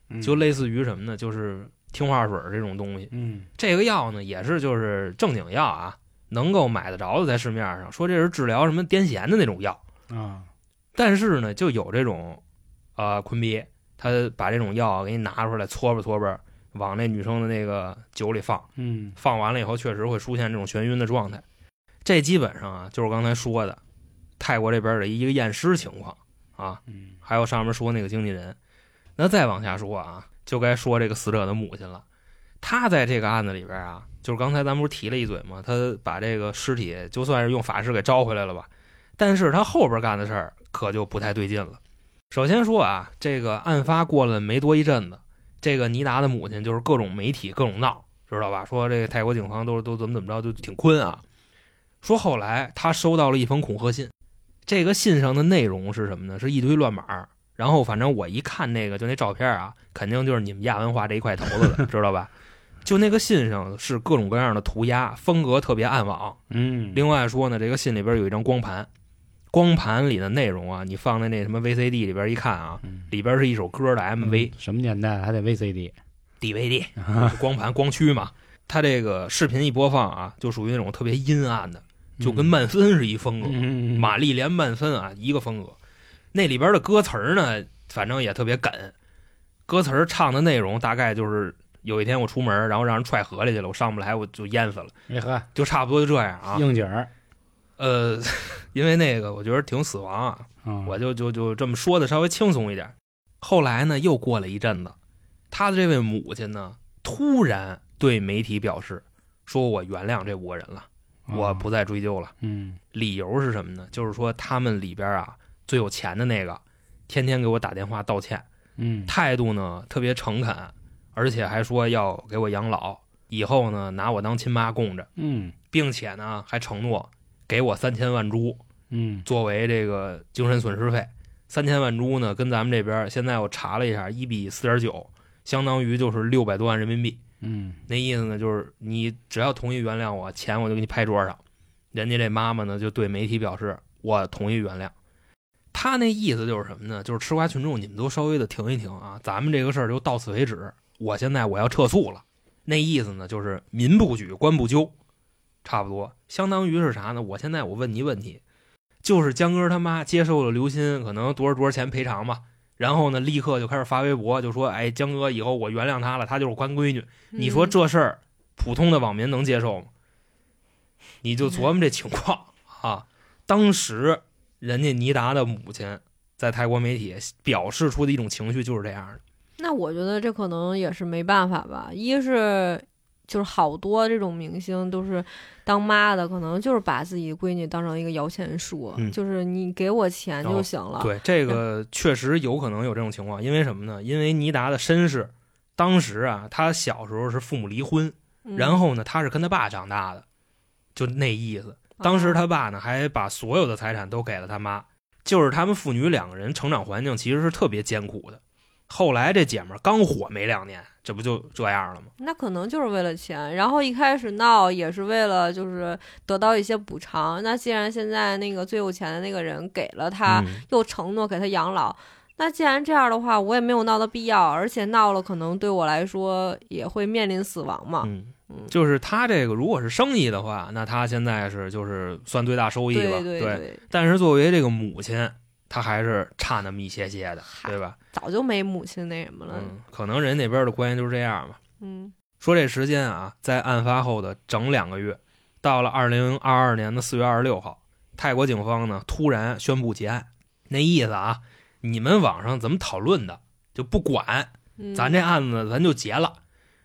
E: 嗯
C: 就类似于什么呢，就是氰化水儿这种东西。
E: 嗯
C: 这个药呢，也是就是正经药啊，能够买得着的，在市面上说这是治疗什么癫痫的那种药。
E: 啊
C: 但是呢，就有这种，呃，坤逼，他把这种药给你拿出来搓吧搓吧，往那女生的那个酒里放，
E: 嗯
C: 放完了以后，确实会出现这种眩晕的状态。这基本上啊，就是刚才说的，泰国这边的一个验尸情况啊，
E: 嗯
C: 还有上面说那个经纪人。那再往下说啊，就该说这个死者的母亲了。她在这个案子里边啊，就是刚才咱们不是提了一嘴吗？她把这个尸体就算是用法师给招回来了吧，但是她后边干的事儿可就不太对劲了。首先说啊，这个案发过了没多一阵子，这个尼达的母亲就是各种媒体各种闹，知道吧？说这个泰国警方都都怎么怎么着，就挺困啊。说后来她收到了一封恐吓信，这个信上的内容是什么呢？是一堆乱码儿。然后反正我一看那个，就那照片啊，肯定就是你们亚文化这一块头 子的，知道吧？就那个信上是各种各样的涂鸦，风格特别暗网。
E: 嗯，
C: 另外说呢，这个信里边有一张光盘，光盘里的内容啊，你放在那什么 VCD 里边一看啊，
E: 嗯
C: 里边是一首歌的 MV、
E: 什么年代还得 VCD
C: DVD，光盘光驱嘛。它这个视频一播放啊，就属于那种特别阴暗的，就跟曼森是一风格。
E: 嗯
C: 玛丽莲·曼森啊，一个风格。那里边的歌词儿呢，反正也特别梗，歌词儿唱的内容大概就是有一天我出门，然后让人踹河里去了，我上不来，我就淹死了，
E: 哎呵
C: 就差不多就这样啊。
E: 应景儿
C: 呃， 因为那个我觉得挺死亡啊，
E: 啊
C: 我就就就这么说的稍微轻松一点。后来呢，又过了一阵子，他的这位母亲呢，突然对媒体表示，说我原谅这五个人了，
E: 哦
C: 我不再追究了。
E: 嗯
C: 理由是什么呢？就是说他们里边啊最有钱的那个，天天给我打电话道歉，
E: 嗯
C: 态度呢特别诚恳，而且还说要给我养老，以后呢拿我当亲妈供着，
E: 嗯
C: 并且呢还承诺给我三千万铢
E: 嗯
C: 作为这个精神损失费。三千万铢呢跟咱们这边现在我查了一下，一比四点九，相当于就是六百多万人民币。
E: 嗯
C: 那意思呢，就是你只要同意原谅我，钱我就给你拍桌上。人家这妈妈呢，就对媒体表示我同意原谅。他那意思就是什么呢？就是吃瓜群众，你们都稍微的停一停啊，咱们这个事儿就到此为止，我现在我要撤诉了。那意思呢，就是民不举，官不究，差不多，相当于是啥呢？我现在我问你问题，就是江歌他妈接受了刘鑫可能多少多少钱赔偿吧，然后呢，立刻就开始发微博，就说：“哎，江哥，以后我原谅他了，他就是我干闺女。”你
D: 嗯
C: 说这事儿，普通的网民能接受吗？你就琢磨这情况啊。当时人家尼达的母亲在泰国媒体表示出的一种情绪就是这样的，
D: 那我觉得这可能也是没办法吧。一是就是好多这种明星都是当妈的，可能就是把自己闺女当成一个摇钱树，
C: 嗯哦
D: 就是你给我钱就行了。
C: 对这个确实有可能有这种情况，因为什么呢？因为尼达的身世，当时啊，他小时候是父母离婚，
D: 嗯
C: 然后呢，他是跟他爸长大的，就那意思。当
D: 啊哦
C: 时他爸呢还把所有的财产都给了他妈，就是他们父女两个人成长环境其实是特别艰苦的。后来这姐们儿刚火没两年，这不就这样了吗？
D: 那可能就是为了钱，然后一开始闹也是为了就是得到一些补偿。那既然现在那个最有钱的那个人给了他，
C: 嗯
D: 又承诺给他养老，那既然这样的话，我也没有闹的必要，而且闹了可能对我来说也会面临死亡嘛。
C: 嗯，就是他这个如果是生意的话，那他现在是就是算最大收益吧，
D: 对对对，
C: 但是作为这个母亲，她还是差那么一些些的，
D: 嗨
C: 对吧？
D: 早就没母亲那什么了。
C: 嗯，可能人那边的关系就是这样吧。
D: 嗯
C: 说这时间啊，在案发后的整两个月，到了二零二二年的四月二十六号，泰国警方呢突然宣布结案。那意思啊，你们网上怎么讨论的就不管，
D: 嗯，
C: 咱这案子咱就结了。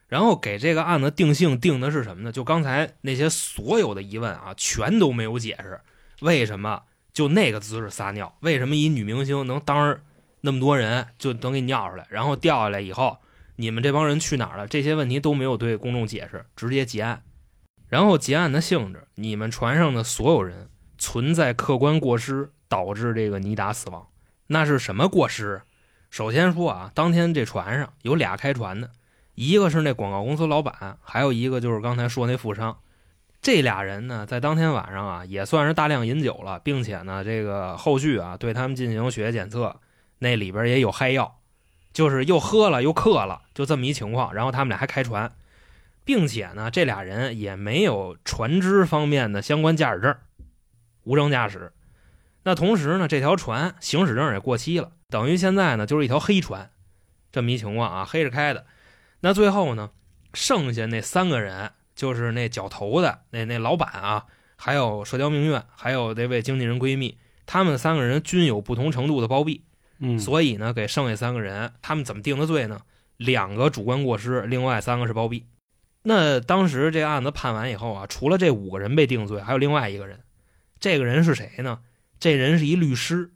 C: 然后给这个案子定性定的是什么呢？就刚才那些所有的疑问啊，全都没有解释，为什么就那个姿势撒尿？为什么一女明星能当着那么多人就能给你尿出来？然后掉下来以后，你们这帮人去哪儿了？这些问题都没有对公众解释，直接结案。然后结案的性质，你们船上的所有人存在客观过失，导致这个尼达死亡。那是什么过失？啊首先说啊，当天这船上有俩开船的，一个是那广告公司老板，还有一个就是刚才说那富商。这俩人呢，在当天晚上啊，也算是大量饮酒了，并且呢，这个后续啊，对他们进行血液检测，那里边也有嗨药，就是又喝了又嗑了，就这么一情况。然后他们俩还开船，并且呢，这俩人也没有船只方面的相关驾驶证，无证驾驶。那同时呢，这条船行驶证也过期了，等于现在呢就是一条黑船，这么一情况啊，黑着开的。那最后呢，剩下那三个人就是那绞头的那那老板啊，还有社交名媛，还有这位经纪人闺蜜，他们三个人均有不同程度的包庇，
E: 嗯，
C: 所以呢，给剩下三个人，他们怎么定的罪呢？两个主观过失，另外三个是包庇。那当时这案子判完以后啊，除了这五个人被定罪，还有另外一个人，这个人是谁呢？这人是一律师，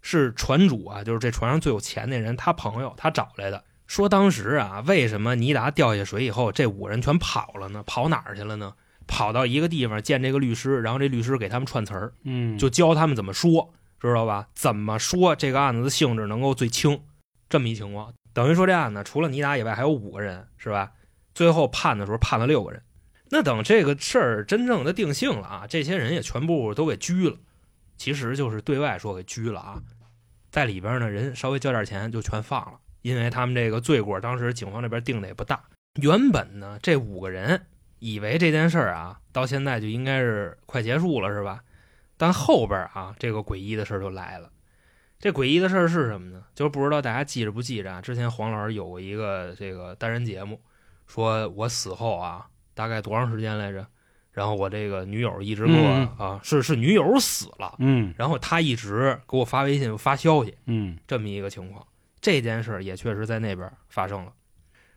C: 是船主啊，就是这船上最有钱那人，他朋友他找来的。说当时啊，为什么尼达掉下水以后，这五个人全跑了呢？跑哪儿去了呢？跑到一个地方见这个律师，然后这律师给他们串词儿，
E: 嗯，
C: 就教他们怎么说，知道吧？怎么说这个案子的性质能够最轻，这么一情况。等于说这案子除了尼达以外，还有五个人，是吧？最后判的时候判了六个人。那等这个事儿真正的定性了啊，这些人也全部都给拘了，其实就是对外说给拘了啊，在里边呢人稍微交点钱就全放了，因为他们这个罪过当时警方这边定的也不大。原本呢这五个人以为这件事儿啊到现在就应该是快结束了，是吧？但后边啊，这个诡异的事儿就来了。这诡异的事儿是什么呢？就是不知道大家记着不记着啊？之前黄老师有过一个这个单人节目，说我死后啊，大概多长时间来着？然后我这个女友一直给我、
E: 嗯
C: 啊，是是女友死了，
E: 嗯
C: 然后他一直给我发微信发消息，
E: 嗯
C: 这么一个情况。这件事儿也确实在那边发生了。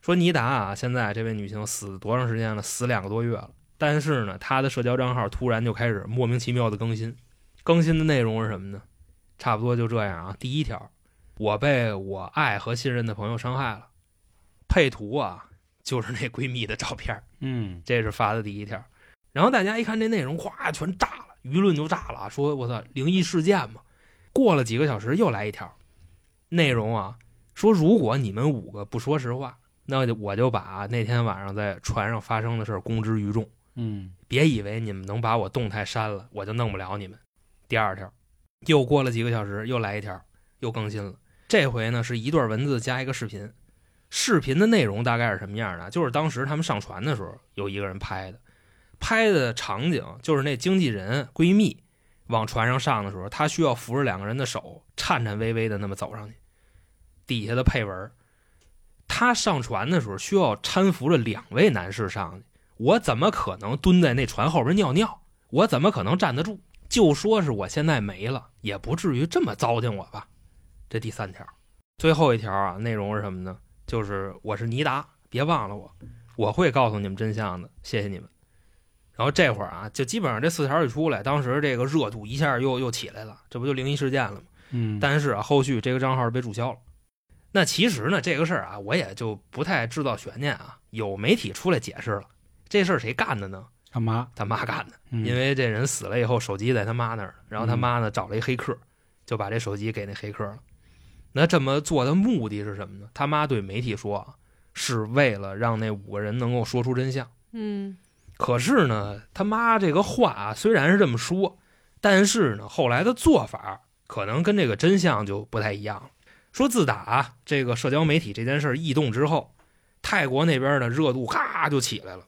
C: 说尼达啊，现在这位女性死多长时间了？死两个多月了。但是呢，她的社交账号突然就开始莫名其妙的更新，更新的内容是什么呢？差不多就这样啊。第一条，我被我爱和信任的朋友伤害了。配图啊，就是那闺蜜的照片儿。
E: 嗯
C: 这是发的第一条。然后大家一看这内容，哗，全炸了，舆论就炸了啊，说我操，灵异事件嘛。过了几个小时又来一条，内容啊，说如果你们五个不说实话，那就我就把那天晚上在船上发生的事儿公之于众。
E: 嗯
C: 别以为你们能把我动态删了，我就弄不了你们。第二条，又过了几个小时，又来一条，又更新了。这回呢是一段文字加一个视频，视频的内容大概是什么样的？就是当时他们上船的时候，有一个人拍的，拍的场景就是那经纪人闺蜜往船上上的时候，她需要扶着两个人的手，颤颤巍巍的那么走上去。底下的配文，她上船的时候需要搀扶着两位男士上去，我怎么可能蹲在那船后边尿尿？我怎么可能站得住？就说是我现在没了，也不至于这么糟践我吧。这第三条，最后一条啊，内容是什么呢？就是我是尼达，别忘了我，我会告诉你们真相的，谢谢你们。然后这会儿啊，就基本上这四条一出来，当时这个热度一下又又起来了，这不就灵异事件了吗？
E: 嗯，
C: 但是啊，后续这个账号被注销了。那其实呢，这个事儿啊，我也就不太制造悬念啊。有媒体出来解释了，这事儿谁干的呢？
E: 干嘛？
C: 他妈干的。
E: 嗯
C: 因为这人死了以后，手机在他妈那儿，然后他
E: 嗯
C: 妈呢找了一黑客，就把这手机给那黑客了。那这么做的目的是什么呢？他妈对媒体说啊，是为了让那五个人能够说出真相。
D: 嗯，
C: 可是呢，他妈这个话啊虽然是这么说，但是呢，后来的做法可能跟这个真相就不太一样了。说自打啊这个社交媒体这件事儿异动之后，泰国那边的热度咔就起来了。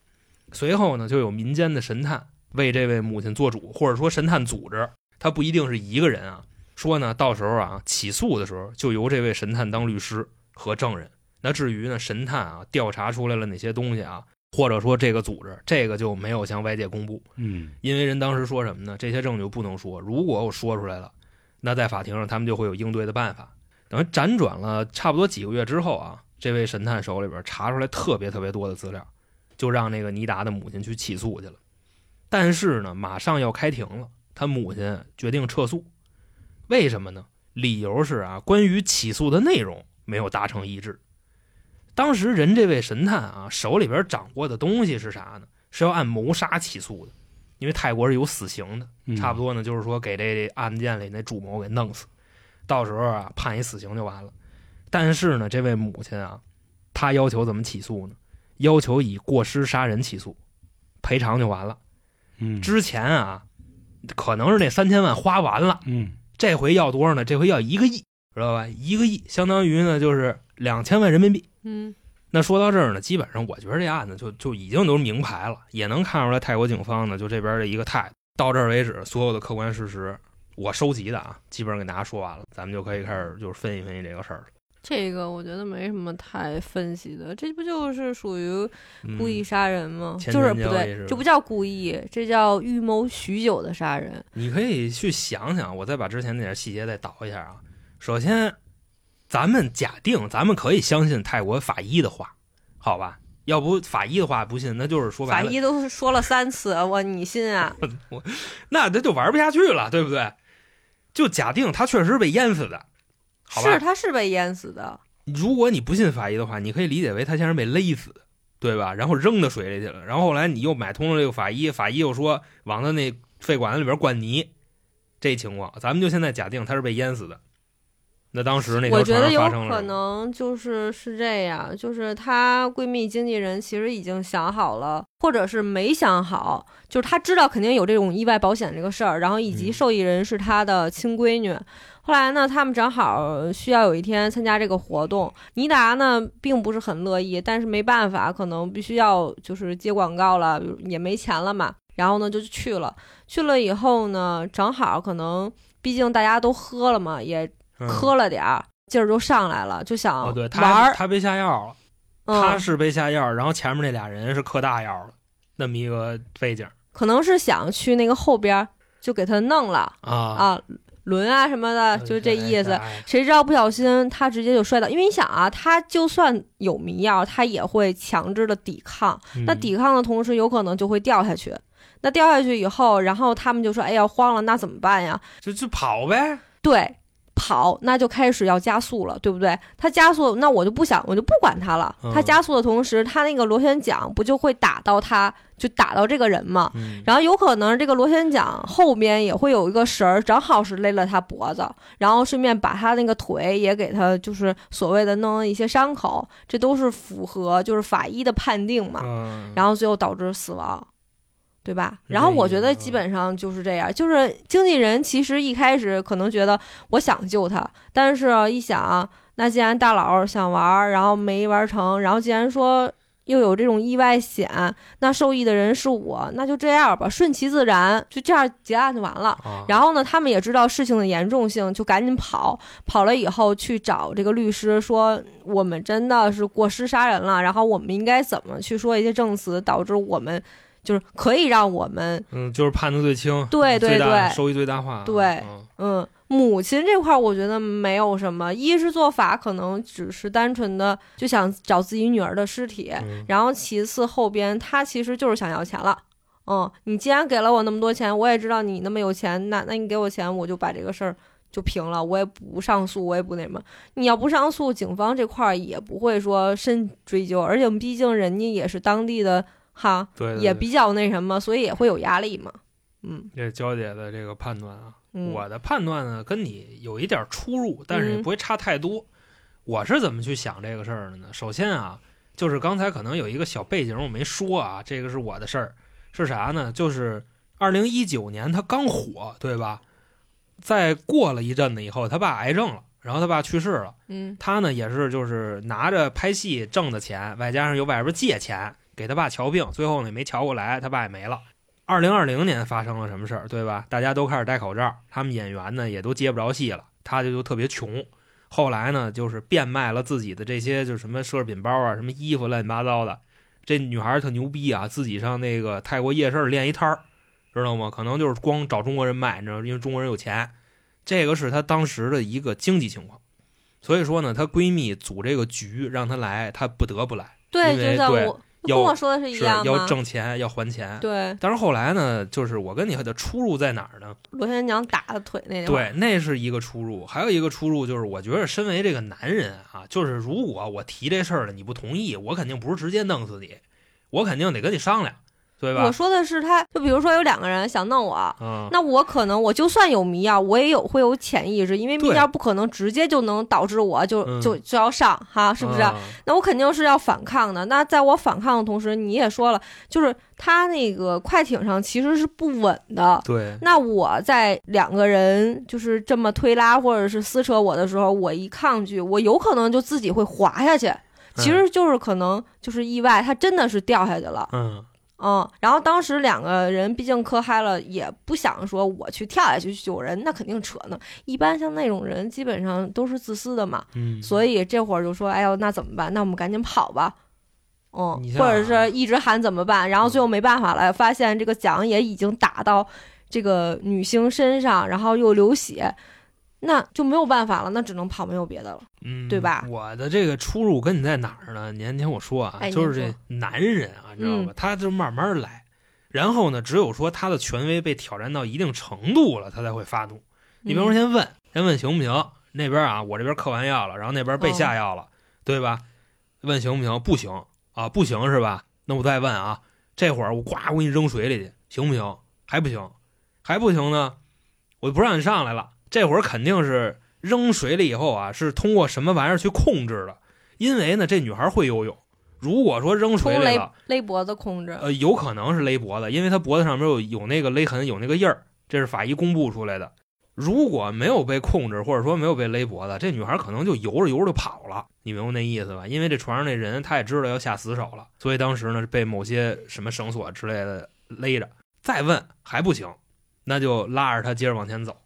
C: 随后呢，就有民间的神探为这位母亲做主，或者说神探组织，他不一定是一个人啊。说呢，到时候啊，起诉的时候就由这位神探当律师和证人。那至于呢，神探啊调查出来了哪些东西啊，或者说这个组织，这个就没有向外界公布，
E: 嗯
C: 因为人当时说什么呢？这些证据不能说，如果我说出来了，那在法庭上他们就会有应对的办法。等于辗转了差不多几个月之后啊，这位神探手里边查出来特别特别多的资料，就让那个尼达的母亲去起诉去了。但是呢，马上要开庭了，他母亲决定撤诉，为什么呢？理由是啊，关于起诉的内容没有达成一致。当时人这位神探啊，手里边掌握的东西是啥呢？是要按谋杀起诉的，因为泰国是有死刑的，
E: 嗯
C: 差不多呢，就是说给这案件里那主谋给弄死，到时候啊判一死刑就完了。但是呢，这位母亲啊，她要求怎么起诉呢？要求以过失杀人起诉，赔偿就完了。
E: 嗯
C: 之前啊，可能是那三千万花完了，
E: 嗯
C: 这回要多少呢？这回要一个亿，知道吧？一个亿相当于呢就是两千万人民币。
D: 嗯，
C: 那说到这儿呢，基本上我觉得这案子就就已经都是明牌了，也能看出来泰国警方呢就这边的一个态度。到这儿为止，所有的客观事实我收集的啊，基本上给大家说完了，咱们就可以开始就是分析分析这个事儿了。
D: 这个我觉得没什么太分析的，这不就是属于
C: 嗯
D: 故意杀人吗？
C: 前
D: 就是
C: 前
D: 不
C: 交易
D: 对
C: 是吧，
D: 这不叫故意，这叫预谋许久的 杀人。
C: 你可以去想想，我再把之前那点细节再倒一下啊。首先，咱们假定咱们可以相信泰国法医的话，好吧？要不法医的话不信，那就是说白
D: 法
C: 了，
D: 医都说了三次，我你信啊？
C: 那这就玩不下去了，对不对？就假定他确实是被淹死的， 好吧？
D: 是，他是被淹死的。
C: 如果你不信法医的话，你可以理解为他先是被勒死的，对吧？然后扔到水里去了，然后后来你又买通了这个法医，法医又说往他那肺管子里边灌泥，这情况，咱们就现在假定他是被淹死的。那当时那条
D: 我觉得
C: 船
D: 有
C: 上发生了
D: 可
C: 什么，
D: 能就是是这样，就是她闺蜜经纪人其实已经想好了，或者是没想好，就是她知道肯定有这种意外保险这个事儿，然后以及
C: 嗯
D: 受益人是她的亲闺女。后来呢，他们正好需要有一天参加这个活动，尼达呢并不是很乐意，但是没办法，可能必须要就是接广告了，比如也没钱了嘛，然后呢就去了。去了以后呢，正好可能毕竟大家都喝了嘛，也
C: 嗯
D: 磕了点儿，劲儿就上来了，就想
C: 哦，对他
D: 玩儿。
C: 他被下药了，他
D: 嗯，
C: 是被下药，然后前面那俩人是嗑大药了，那么一个背景
D: 可能是想去那个后边儿就给他弄了
C: 啊哎
D: 啊，轮啊什么的，就这意思。谁知道不小心他直接就摔倒，因为你想啊，他就算有迷药，他也会强制的抵抗。
C: 嗯
D: 那抵抗的同时，有可能就会掉下去。那掉下去以后，然后他们就说：“哎呀，慌了，那怎么办呀？”
C: 就就跑呗，
D: 对，跑，那就开始要加速了，对不对？他加速，那我就不想，我就不管他了。他
C: 嗯
D: 加速的同时，他那个螺旋桨不就会打到他，就打到这个人吗？嗯
C: 嗯
D: 然后有可能这个螺旋桨后边也会有一个绳儿，正好是勒了他脖子，然后顺便把他那个腿也给他就是所谓的弄了一些伤口，这都是符合就是法医的判定嘛。
C: 嗯，
D: 然后最后导致死亡。对吧？
C: 是
D: 然后
C: 这
D: 我
C: 意思
D: 觉得
C: 啊
D: 基本上就是这样，就是经纪人其实一开始可能觉得我想救他，但是啊一想，那既然大佬想玩儿，然后没玩成，然后既然说又有这种意外险，那受益的人是我，那就这样吧，顺其自然，就这样结案就完了。
C: 啊，
D: 然后呢，他们也知道事情的严重性，就赶紧跑。跑了以后去找这个律师说，我们真的是过失杀人了，然后我们应该怎么去说一些证词，导致我们就是可以让我们
C: 嗯，就是判的最轻，
D: 对对
C: 最大
D: 对
C: 收益最大化，
D: 对
C: 嗯
D: 嗯，母亲这块儿我觉得没有什么，一是做法可能只是单纯的就想找自己女儿的尸体，
C: 嗯
D: 然后其次后边他其实就是想要钱了。嗯，你既然给了我那么多钱，我也知道你那么有钱，那那你给我钱，我就把这个事儿就平了，我也不上诉，我也不那什么。你要不上诉，警方这块儿也不会说深追究，而且毕竟人家也是当地的哈，
C: 对对，
D: 也
C: 对
D: 比较那什么，所以也会有压力嘛。嗯，
C: 这娇姐的这个判断啊，
D: 嗯
C: 我的判断呢跟你有一点出入，但是也
D: 嗯
C: 不会差太多。我是怎么去想这个事儿的呢？首先啊，就是刚才可能有一个小背景我没说啊，这个是我的事儿，是啥呢？就是二零一九年他刚火，对吧？在过了一阵子以后，他爸癌症了，然后他爸去世了。
D: 嗯
C: 他呢也是就是拿着拍戏挣的钱，外加上由外边借钱给他爸瞧病，最后呢也没瞧过来，他爸也没了。二零二零年发生了什么事儿，对吧？大家都开始戴口罩，他们演员呢也都接不着戏了，他就就特别穷。后来呢，就是变卖了自己的这些，就是什么奢侈品包啊、什么衣服乱七八糟的。这女孩儿特牛逼啊，自己上那个泰国夜市练一摊儿，知道吗？可能就是光找中国人买，你知道，因为中国人有钱。这个是她当时的一个经济情况。所以说呢，她闺蜜组这个局让她来，她不得不来，
D: 对，
C: 因为
D: 就像
C: 对
D: 我跟
C: 要
D: 我说的是一
C: 是
D: 样
C: 要
D: 吗？
C: 挣钱，要还钱。
D: 对，
C: 但是后来呢，就是我跟你的出入在哪儿呢？
D: 罗先娘打他腿那地方，
C: 对，那是一个出入，还有一个出入就是，我觉得身为这个男人啊，就是如果我提这事儿了，你不同意，我肯定不是直接弄死你，我肯定得跟你商量，对
D: 我
C: 吧？
D: 说的是他，就比如说有两个人想弄我，
C: 嗯，
D: 那我可能我就算有迷药，我也有会有潜意识，因为
C: 对
D: 迷药不可能直接就能导致我就、
C: 嗯
D: 就就要上哈，是不啊是？
C: 嗯
D: 那我肯定是要反抗的。那在我反抗的同时，你也说了，就是他那个快艇上其实是不稳的。
C: 对，
D: 那我在两个人就是这么推拉或者是撕扯我的时候，我一抗拒，我有可能就自己会滑下去。
C: 嗯
D: 其实就是可能就是意外，他真的是掉下去了。
C: 嗯，
D: 嗯，然后当时两个人毕竟磕嗨了，也不想说我去跳下去去救人，那肯定扯呢。一般像那种人，基本上都是自私的嘛，
C: 嗯，
D: 所以这会儿就说，哎呦，那怎么办？那我们赶紧跑吧。嗯
C: 你，像啊嗯
D: 或者是一直喊怎么办？然后最后没办法了，发现这个桨也已经打到这个女星身上，然后又流血，那就没有办法了，那只能跑，没有别的了。
C: 嗯，
D: 对吧
C: 我的这个出入跟你在哪儿呢？您听我说啊，
D: 哎
C: 就是
D: 您
C: 这
D: 说嗯
C: 男人啊，你知道吧？他就慢慢来，然后呢，只有说他的权威被挑战到一定程度了，他才会发怒。你比如说
D: 嗯
C: 先问，先问行不行？那边啊，我这边嗑完药了，然后那边被下药了，对吧？问行不行？不行啊，不行是吧？那我再问啊，这会儿我呱，我给你扔水里去，行不行？还不行，还不行呢，我就不让你上来了。这会儿肯定是扔水里以后啊，是通过什么玩意儿去控制的？因为呢，这女孩会游泳，如果说扔水
D: 冲
C: 里
D: 勒
C: 了，
D: 勒脖子控制，
C: 呃，有可能是勒脖子，因为他脖子上面有有那个勒痕，有那个印儿，这是法医公布出来的。如果没有被控制，或者说没有被勒脖子，这女孩可能就游着游着就跑了，你明白那意思吧？因为这船上那人他也知道要下死手了，所以当时呢是被某些什么绳索之类的勒着。再问还不行，那就拉着他接着往前走。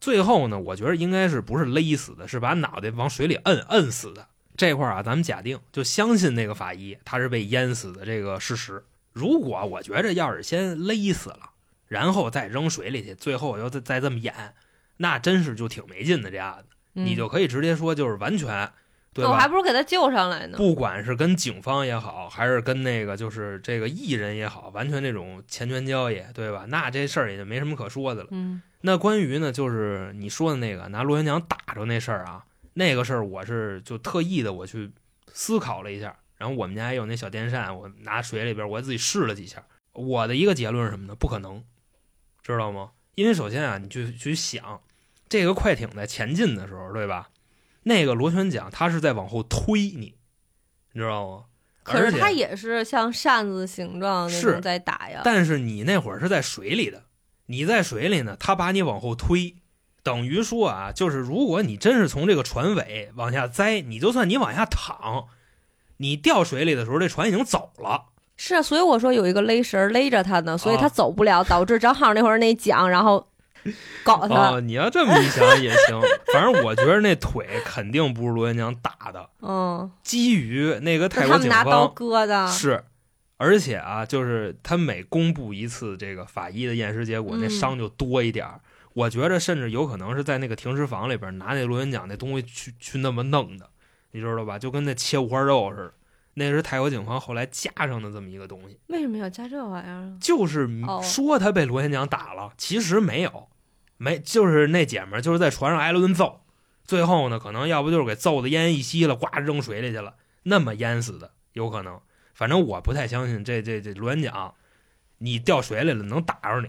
C: 最后呢，我觉得应该是不是勒死的，是把脑袋往水里摁摁死的。这块儿啊，咱们假定就相信那个法医他是被淹死的这个事实。如果我觉着要是先勒死了，然后再扔水里去，最后又再再这么演，那真是就挺没劲的这案子。你就可以直接说就是完全，对
D: 嗯那我还
C: 吧？
D: 不如给他救上来呢。
C: 不管是跟警方也好，还是跟那个就是这个艺人也好，完全这种钱权交易，对吧？那这事儿也就没什么可说的了。
D: 嗯。
C: 那关于呢，就是你说的那个拿螺旋桨打着那事儿啊，那个事儿我是就特意的我去思考了一下，然后我们家也有那小电扇，我拿水里边我自己试了几下，我的一个结论是什么呢？不可能，知道吗？因为首先啊，你去去想，这个快艇在前进的时候，对吧？那个螺旋桨它是在往后推你，你知道吗？
D: 可
C: 而
D: 是
C: 且
D: 它也是像扇子形状那
C: 是
D: 种在打呀。
C: 但是你那会儿是在水里的，你在水里呢，他把你往后推，等于说啊，就是如果你真是从这个船尾往下栽，你就算你往下躺，你掉水里的时候，这船已经走了。
D: 是啊，所以我说有一个勒绳儿勒着他呢，所以他
C: 啊
D: 走不了，导致正好那会儿那桨，然后搞他。
C: 哦，你要这么一想也 行，反正我觉得那腿肯定不是罗元江打的，
D: 嗯，
C: 基于那个哦泰
D: 那
C: 国
D: 他们
C: 警
D: 拿刀
C: 方
D: 割的，
C: 是，而且啊，就是他每公布一次这个法医的验尸结果，那
D: 嗯
C: 伤就多一点儿。我觉着甚至有可能是在那个停尸房里边拿那螺旋桨那东西去去那么弄的，你知道吧？就跟那切五花肉似的。那是泰国警方后来加上的这么一个东西，
D: 为什么要加这玩意儿啊？
C: 就是
D: 哦
C: 说他被螺旋桨打了，其实没有，没就是那姐们儿就是在船上挨了顿揍，最后呢，可能要不就是给揍的奄奄一息了，呱扔水里去了，那么淹死的有可能。反正我不太相信这这这螺旋桨，你掉水里了能打着你，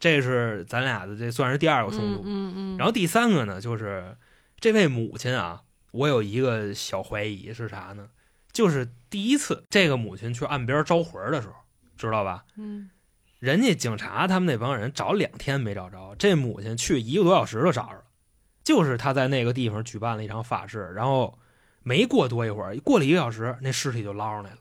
C: 这是咱俩的这算是第二个冲
D: 嗯
C: 突。
D: 嗯嗯，
C: 然后第三个呢，就是这位母亲啊，我有一个小怀疑是啥呢？就是第一次这个母亲去岸边招魂儿的时候，知道吧？
D: 嗯
C: 人家警察他们那帮人找两天没找着，这母亲去一个多小时就找着了。就是他在那个地方举办了一场法事，然后没过多一会儿，过了一个小时，那尸体就捞上来了。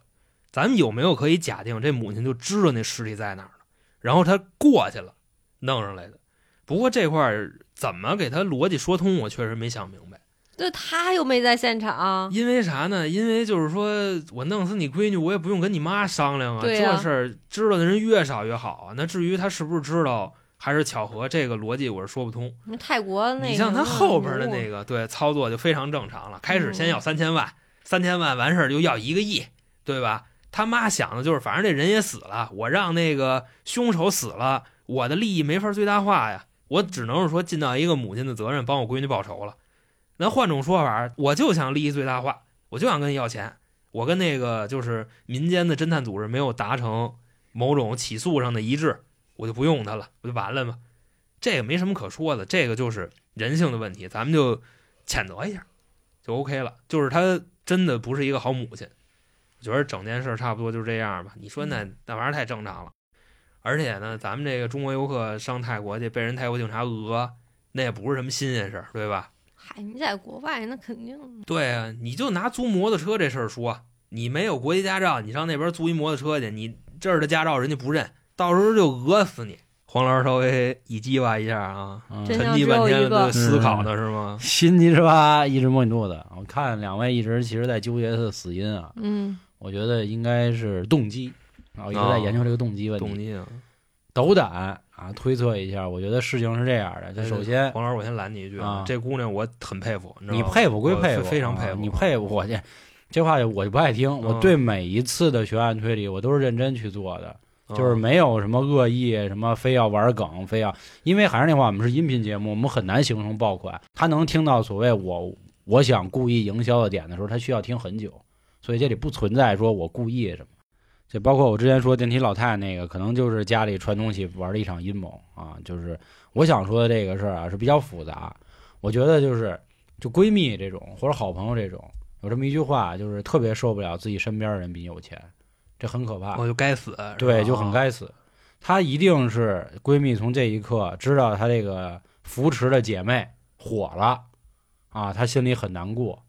C: 咱们有没有可以假定这母亲就知道那尸体在哪儿呢？然后她过去了，弄上来的。不过这块儿怎么给他逻辑说通，我确实没想明白。
D: 对，他又没在现场，
C: 因为啥呢？因为就是说我弄死你闺女，我也不用跟你妈商量啊。
D: 对呀
C: 这事儿知道的人越少越好啊。那至于他是不是知道，还是巧合，这个逻辑我是说不通。
D: 泰国那
C: 你像他后边的那
D: 个，
C: 个对操作就非常正常了，开始先
D: 嗯
C: 要三千万，三千万完事儿就要一个亿，对吧？他妈想的就是，反正这人也死了，我让那个凶手死了，我的利益没法最大化呀，我只能是说尽到一个母亲的责任，帮我闺女报仇了。那换种说法，我就想利益最大化，我就想跟你要钱，我跟那个就是民间的侦探组织没有达成某种起诉上的一致，我就不用他了，不就完了吗？这个没什么可说的，这个就是人性的问题，咱们就谴责一下就 OK 了。就是他真的不是一个好母亲，我觉得整件事差不多就这样吧。你说那
D: 嗯
C: 那玩意儿太正常了，而且呢，咱们这个中国游客上泰国去被人泰国警察讹，那也不是什么新鲜事儿，对吧？
D: 嗨，你在国外那肯定
C: 对啊，你就拿租摩托车这事儿说，你没有国际驾照，你上那边租一摩托车去，你这儿的驾照人家不认，到时候就讹死你。黄老师稍微一激吧一下啊，
E: 嗯
D: 真
C: 沉
D: 相
C: 寂
D: 只
C: 半
D: 有一
C: 天
D: 个
C: 都。思考呢是吗？
E: 心急之吧，一直摸你肚子。我看两位一直其实在纠结他的死因啊，
D: 嗯，
E: 我觉得应该是动机啊，我一直在研究这个动机问
C: 动
E: 题。
C: 机啊，
E: 斗胆啊，推测一下，我觉得事情是这样的：就首先，
C: 黄老师，我先拦你一句
E: 啊
C: 这姑娘我很佩服，你知道
E: 你
C: 吗
E: 佩服归
C: 我
E: 佩服，
C: 非常佩
E: 啊
C: 服，
E: 你佩服我这这话我就不爱听。我
C: 嗯
E: 对每一次的悬案推理，我都是认真去做的，就是
C: 嗯
E: 没有什么恶意，什么非要玩梗，非要，因为还是那话，我们是音频节目，我们很难形成爆款。他能听到所谓我我想故意营销的点的时候，他需要听很久，所以这里不存在说我故意什么。这包括我之前说电梯老太那个，可能就是家里传东西玩了一场阴谋啊。就是我想说的这个事儿啊是比较复杂，我觉得就是就闺蜜这种或者好朋友这种，有这么一句话，就是特别受不了自己身边的人比你有钱，这很可怕。
C: 我就该死，是吧啊
E: 对，就很该死。她一定是闺蜜从这一刻知道她这个扶持的姐妹火了啊，她心里很难过，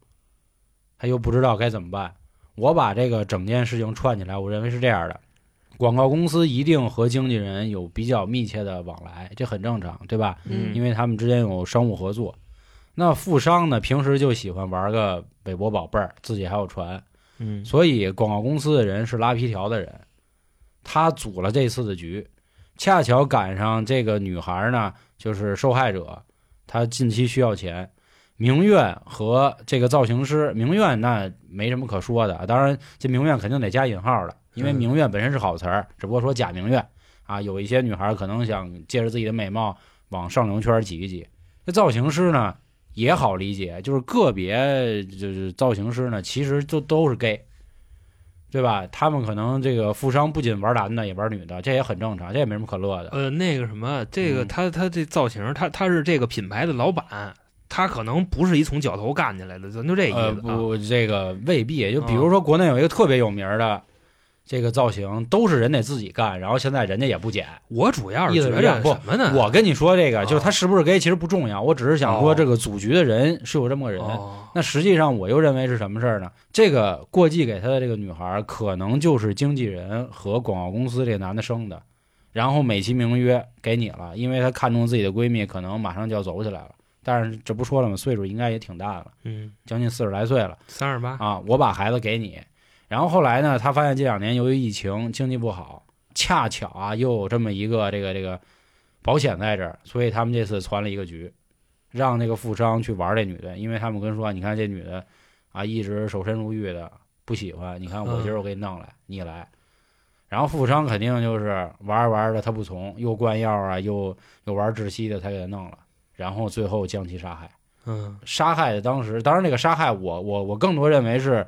E: 她又不知道该怎么办。我把这个整件事情串起来，我认为是这样的：广告公司一定和经纪人有比较密切的往来，这很正常，对吧？
C: 嗯
E: 因为他们之间有商务合作。那富商呢，平时就喜欢玩个韦伯宝贝儿，自己还有船，
C: 嗯
E: 所以广告公司的人是拉皮条的人，他组了这次的局，恰巧赶上这个女孩呢，就是受害者，她近期需要钱。明苑和这个造型师，明苑那没什么可说的，啊当然这明苑肯定得加引号的，因为
C: 嗯
E: 明苑本身是好词儿，只不过说假明苑啊，有一些女孩可能想借着自己的美貌往上流圈挤一挤。这造型师呢也好理解，就是个别就是造型师呢，其实就都是 gay，对吧？他们可能这个富商不仅玩男的，也玩女的，这也很正常，这也
C: 呃
E: 没什么可乐的。
C: 呃那个什么，这个
E: 嗯
C: 他他这造型，他他是这个品牌的老板，他可能不是一从脚头干进来的，咱就这意思、
E: 呃，
C: 啊。嗯
E: 不，这个未必。就比如说，国内有一个特别有名的，这个造型都是人得自己干，然后现在人家也不剪。
C: 我主要是
E: 意
C: 觉
E: 思
C: 得
E: 是这样不
C: 什么呢？
E: 我跟你说，这个
C: 嗯啊
E: 就是他是不是 gay 其实不重要，我只是想说
C: 哦
E: 这个组局的人是有这么个人。
C: 哦
E: 那实际上，我又认为是什么事儿呢？这个过继给他的这个女孩儿，可能就是经纪人和广告公司这男的生的，然后美其名曰给你了，因为她看中自己的闺蜜，可能马上就要走起来了。但是这不说了吗？岁数应该也挺大了，
C: 嗯，
E: 将近四十来岁了。
C: 三十八，
E: 啊，我把孩子给你。然后后来呢，他发现这两年由于疫情经济不好，恰巧啊又有这么一个这个这个保险在这儿，所以他们这次攒了一个局，让那个富商去玩这女的，因为他们跟说，你看这女的啊一直守身如玉的，不喜欢，你看我今儿我给你弄来，你来。然后富商肯定就是玩着玩着他不从，又灌药啊，又又玩窒息的，他给他弄了，然后最后将其杀害。
C: 嗯，
E: 杀害的当时，当然那个杀害我我我更多认为是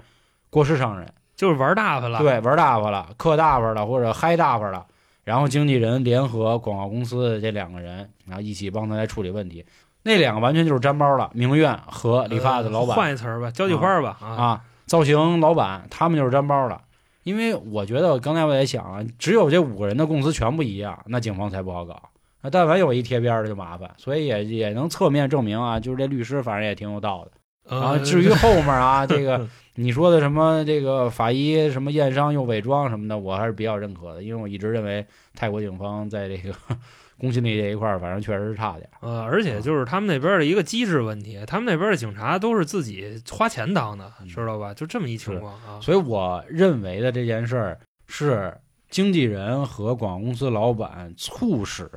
E: 过失伤人，
C: 就是玩大发了。，
E: 对，玩大发了，嗑大发了或者嗨大发了，然后经纪人联合广告公司的这两个人，然后一起帮他来处理问题。那两个完全就是沾包了，明苑和理发的老板、
C: 呃换一词儿吧，交际花儿吧啊
E: 啊，造型老板他们就是沾包了。因为我觉得刚才我也想啊，只有这五个人的供词全不一样，那警方才不好搞。那但凡有一贴边儿的就麻烦，所以也也能侧面证明啊，就是这律师反正也挺有道的。 啊，
C: 呃
E: 至于后面啊，这 个你说的什么这个法医什么验伤又伪装什么的，我还是比较认可的，因为我一直认为泰国警方在这个 公信力这一块儿，反正确实是差点儿。
C: 呃，而
E: 嗯
C: 且就是他们那边儿的一个机制问题，他们那边儿的警察都是自己花钱当的，
E: 嗯
C: 知道吧？就这么一情况啊。
E: 所以我认为的这件事儿是经纪人和广告公司老板促使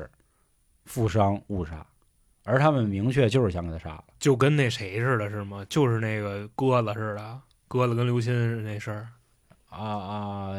E: 富商误杀，而他们明确就是想给他杀了。
C: 就跟那谁似的，是吗？就是那个鸽子似的，鸽子跟刘鑫似的那事儿。
E: 啊啊，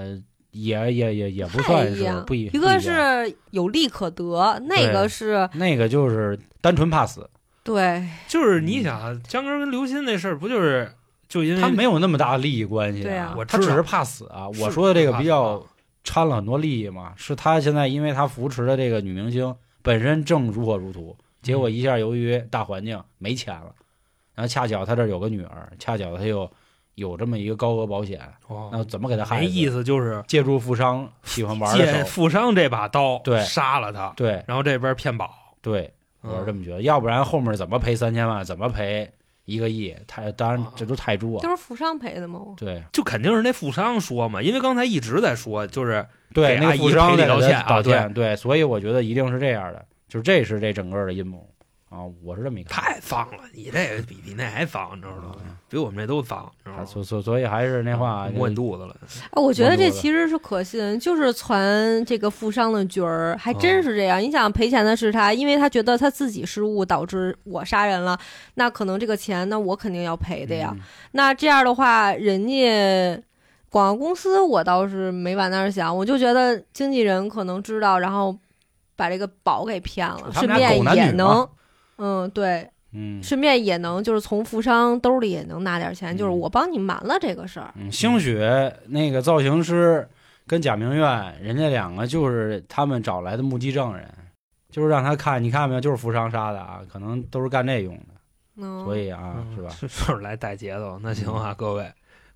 E: 也也也也不
D: 太
E: 算
D: 一
E: 是
D: 样
E: 不一
D: 一
E: 不
D: 个
E: 样
D: 是有利可得，那
E: 对
D: 个是
E: 那个就是单纯怕死，
D: 对
C: 就是
E: 嗯
C: 你想，江歌跟刘鑫那事儿，不就是就因为
E: 他没有那么大的利益关系、
D: 对啊
E: 我
C: 我
E: 他
C: 知
E: 只
C: 道
E: 是怕死啊。
C: 呃是
E: 我说的这个
C: 怕啊
E: 比
C: 死
E: 较掺了很多利益嘛，是他现在因为他扶持的这个女明星本身正如火如荼，结
C: 嗯
E: 果一下由于大环境没钱了，然后恰巧他这儿有个女儿，恰巧他又有这么一个高额保险，那
C: 哦，
E: 怎么给他害
C: 没
E: 死
C: 意？思，就是
E: 借助富商喜欢玩
C: 借
E: 的手，
C: 富商这把刀，
E: 对
C: 杀了他，
E: 对
C: 然后这边骗保。
E: 对，我是这
C: 么
E: 么觉得，要不然后面怎么赔三千万，怎么赔一个亿？太当然这都太猪
D: 就
E: 啊！
D: 是扶上赔的嘛。我
E: 对
C: 嗯就肯定是那富商说嘛，因为刚才一直在说，就是
E: 对，
C: 给
E: 那
C: 阿
E: 个
C: 姨
E: 富商
C: 赔
E: 在
C: 礼道歉啊
E: 道歉，对，所以我觉得一定是这样的，就是这是这整个的阴谋啊，我是这么一看。
C: 太脏了，你这个比比那还脏，你知道吗？比我们这都脏，你知道
E: 啊，
C: 吗？
E: 所所所以还是嗯那话，
C: 摸你肚子了，
D: 哎，我觉得这
E: 我懂了
D: 其实是可信，就是传这个富商的角儿，还
E: 啊
D: 真是这样。你想赔钱的是他，因为他觉得他自己失误导致我杀人了，那可能这个钱那我肯定要赔的呀。
E: 嗯
D: 那这样的话，人家广告公司我倒是没往那儿想，我就觉得经纪人可能知道，然后把这个宝给骗了，
E: 他们俩
D: 顺便
E: 狗男
D: 也
E: 女
D: 能
E: 嘛，
D: 嗯，对，
E: 嗯
D: 顺便也能就是从富商兜里也能拿点钱，就是
E: 嗯
D: 我帮你瞒了这个事儿。
E: 嗯，兴许那个造型师跟贾明苑，人家两个就是他们找来的目击证人，就是让他看，你看没有，就是富商杀的啊，可能都是干这用的，
D: 嗯，
E: 所以啊，
C: 嗯
E: 是吧？ 嗯
C: 就是来带节奏。那行啊，各位，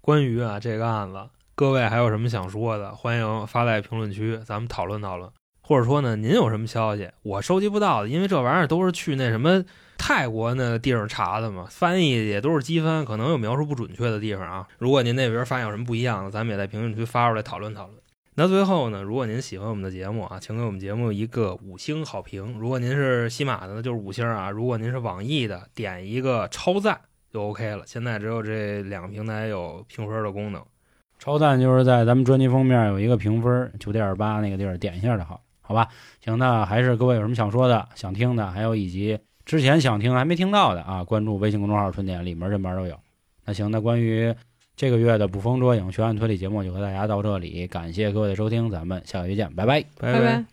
C: 关于啊这个案子，各位还有什么想说的，欢迎发在评论区，咱们讨论讨论。或者说呢，您有什么消息我收集不到的，因为这玩意儿都是去那什么泰国那地方查的嘛，翻译也都是机翻，可能有描述不准确的地方啊。如果您那边发现有什么不一样的，咱们也在评论区发出来讨论讨论。那最后呢，如果您喜欢我们的节目啊，请给我们节目一个五星好评。如果您是喜马的呢，就是五星啊；如果您是网易的，点一个超赞就 OK 了。现在只有这两个平台有评分的功能。
E: 超赞就是在咱们专辑封面有一个评分九点八那个地儿点一下就好，好吧？行，那还是各位有什么想说的、想听的，还有以及之前想听还没听到的啊，关注微信公众号“春点”，里面这边都有。那行，那关于这个月的捕风捉影悬案推理节目就和大家到这里，感谢各位的收听，咱们下个月见，拜拜。
C: 拜
D: 拜拜。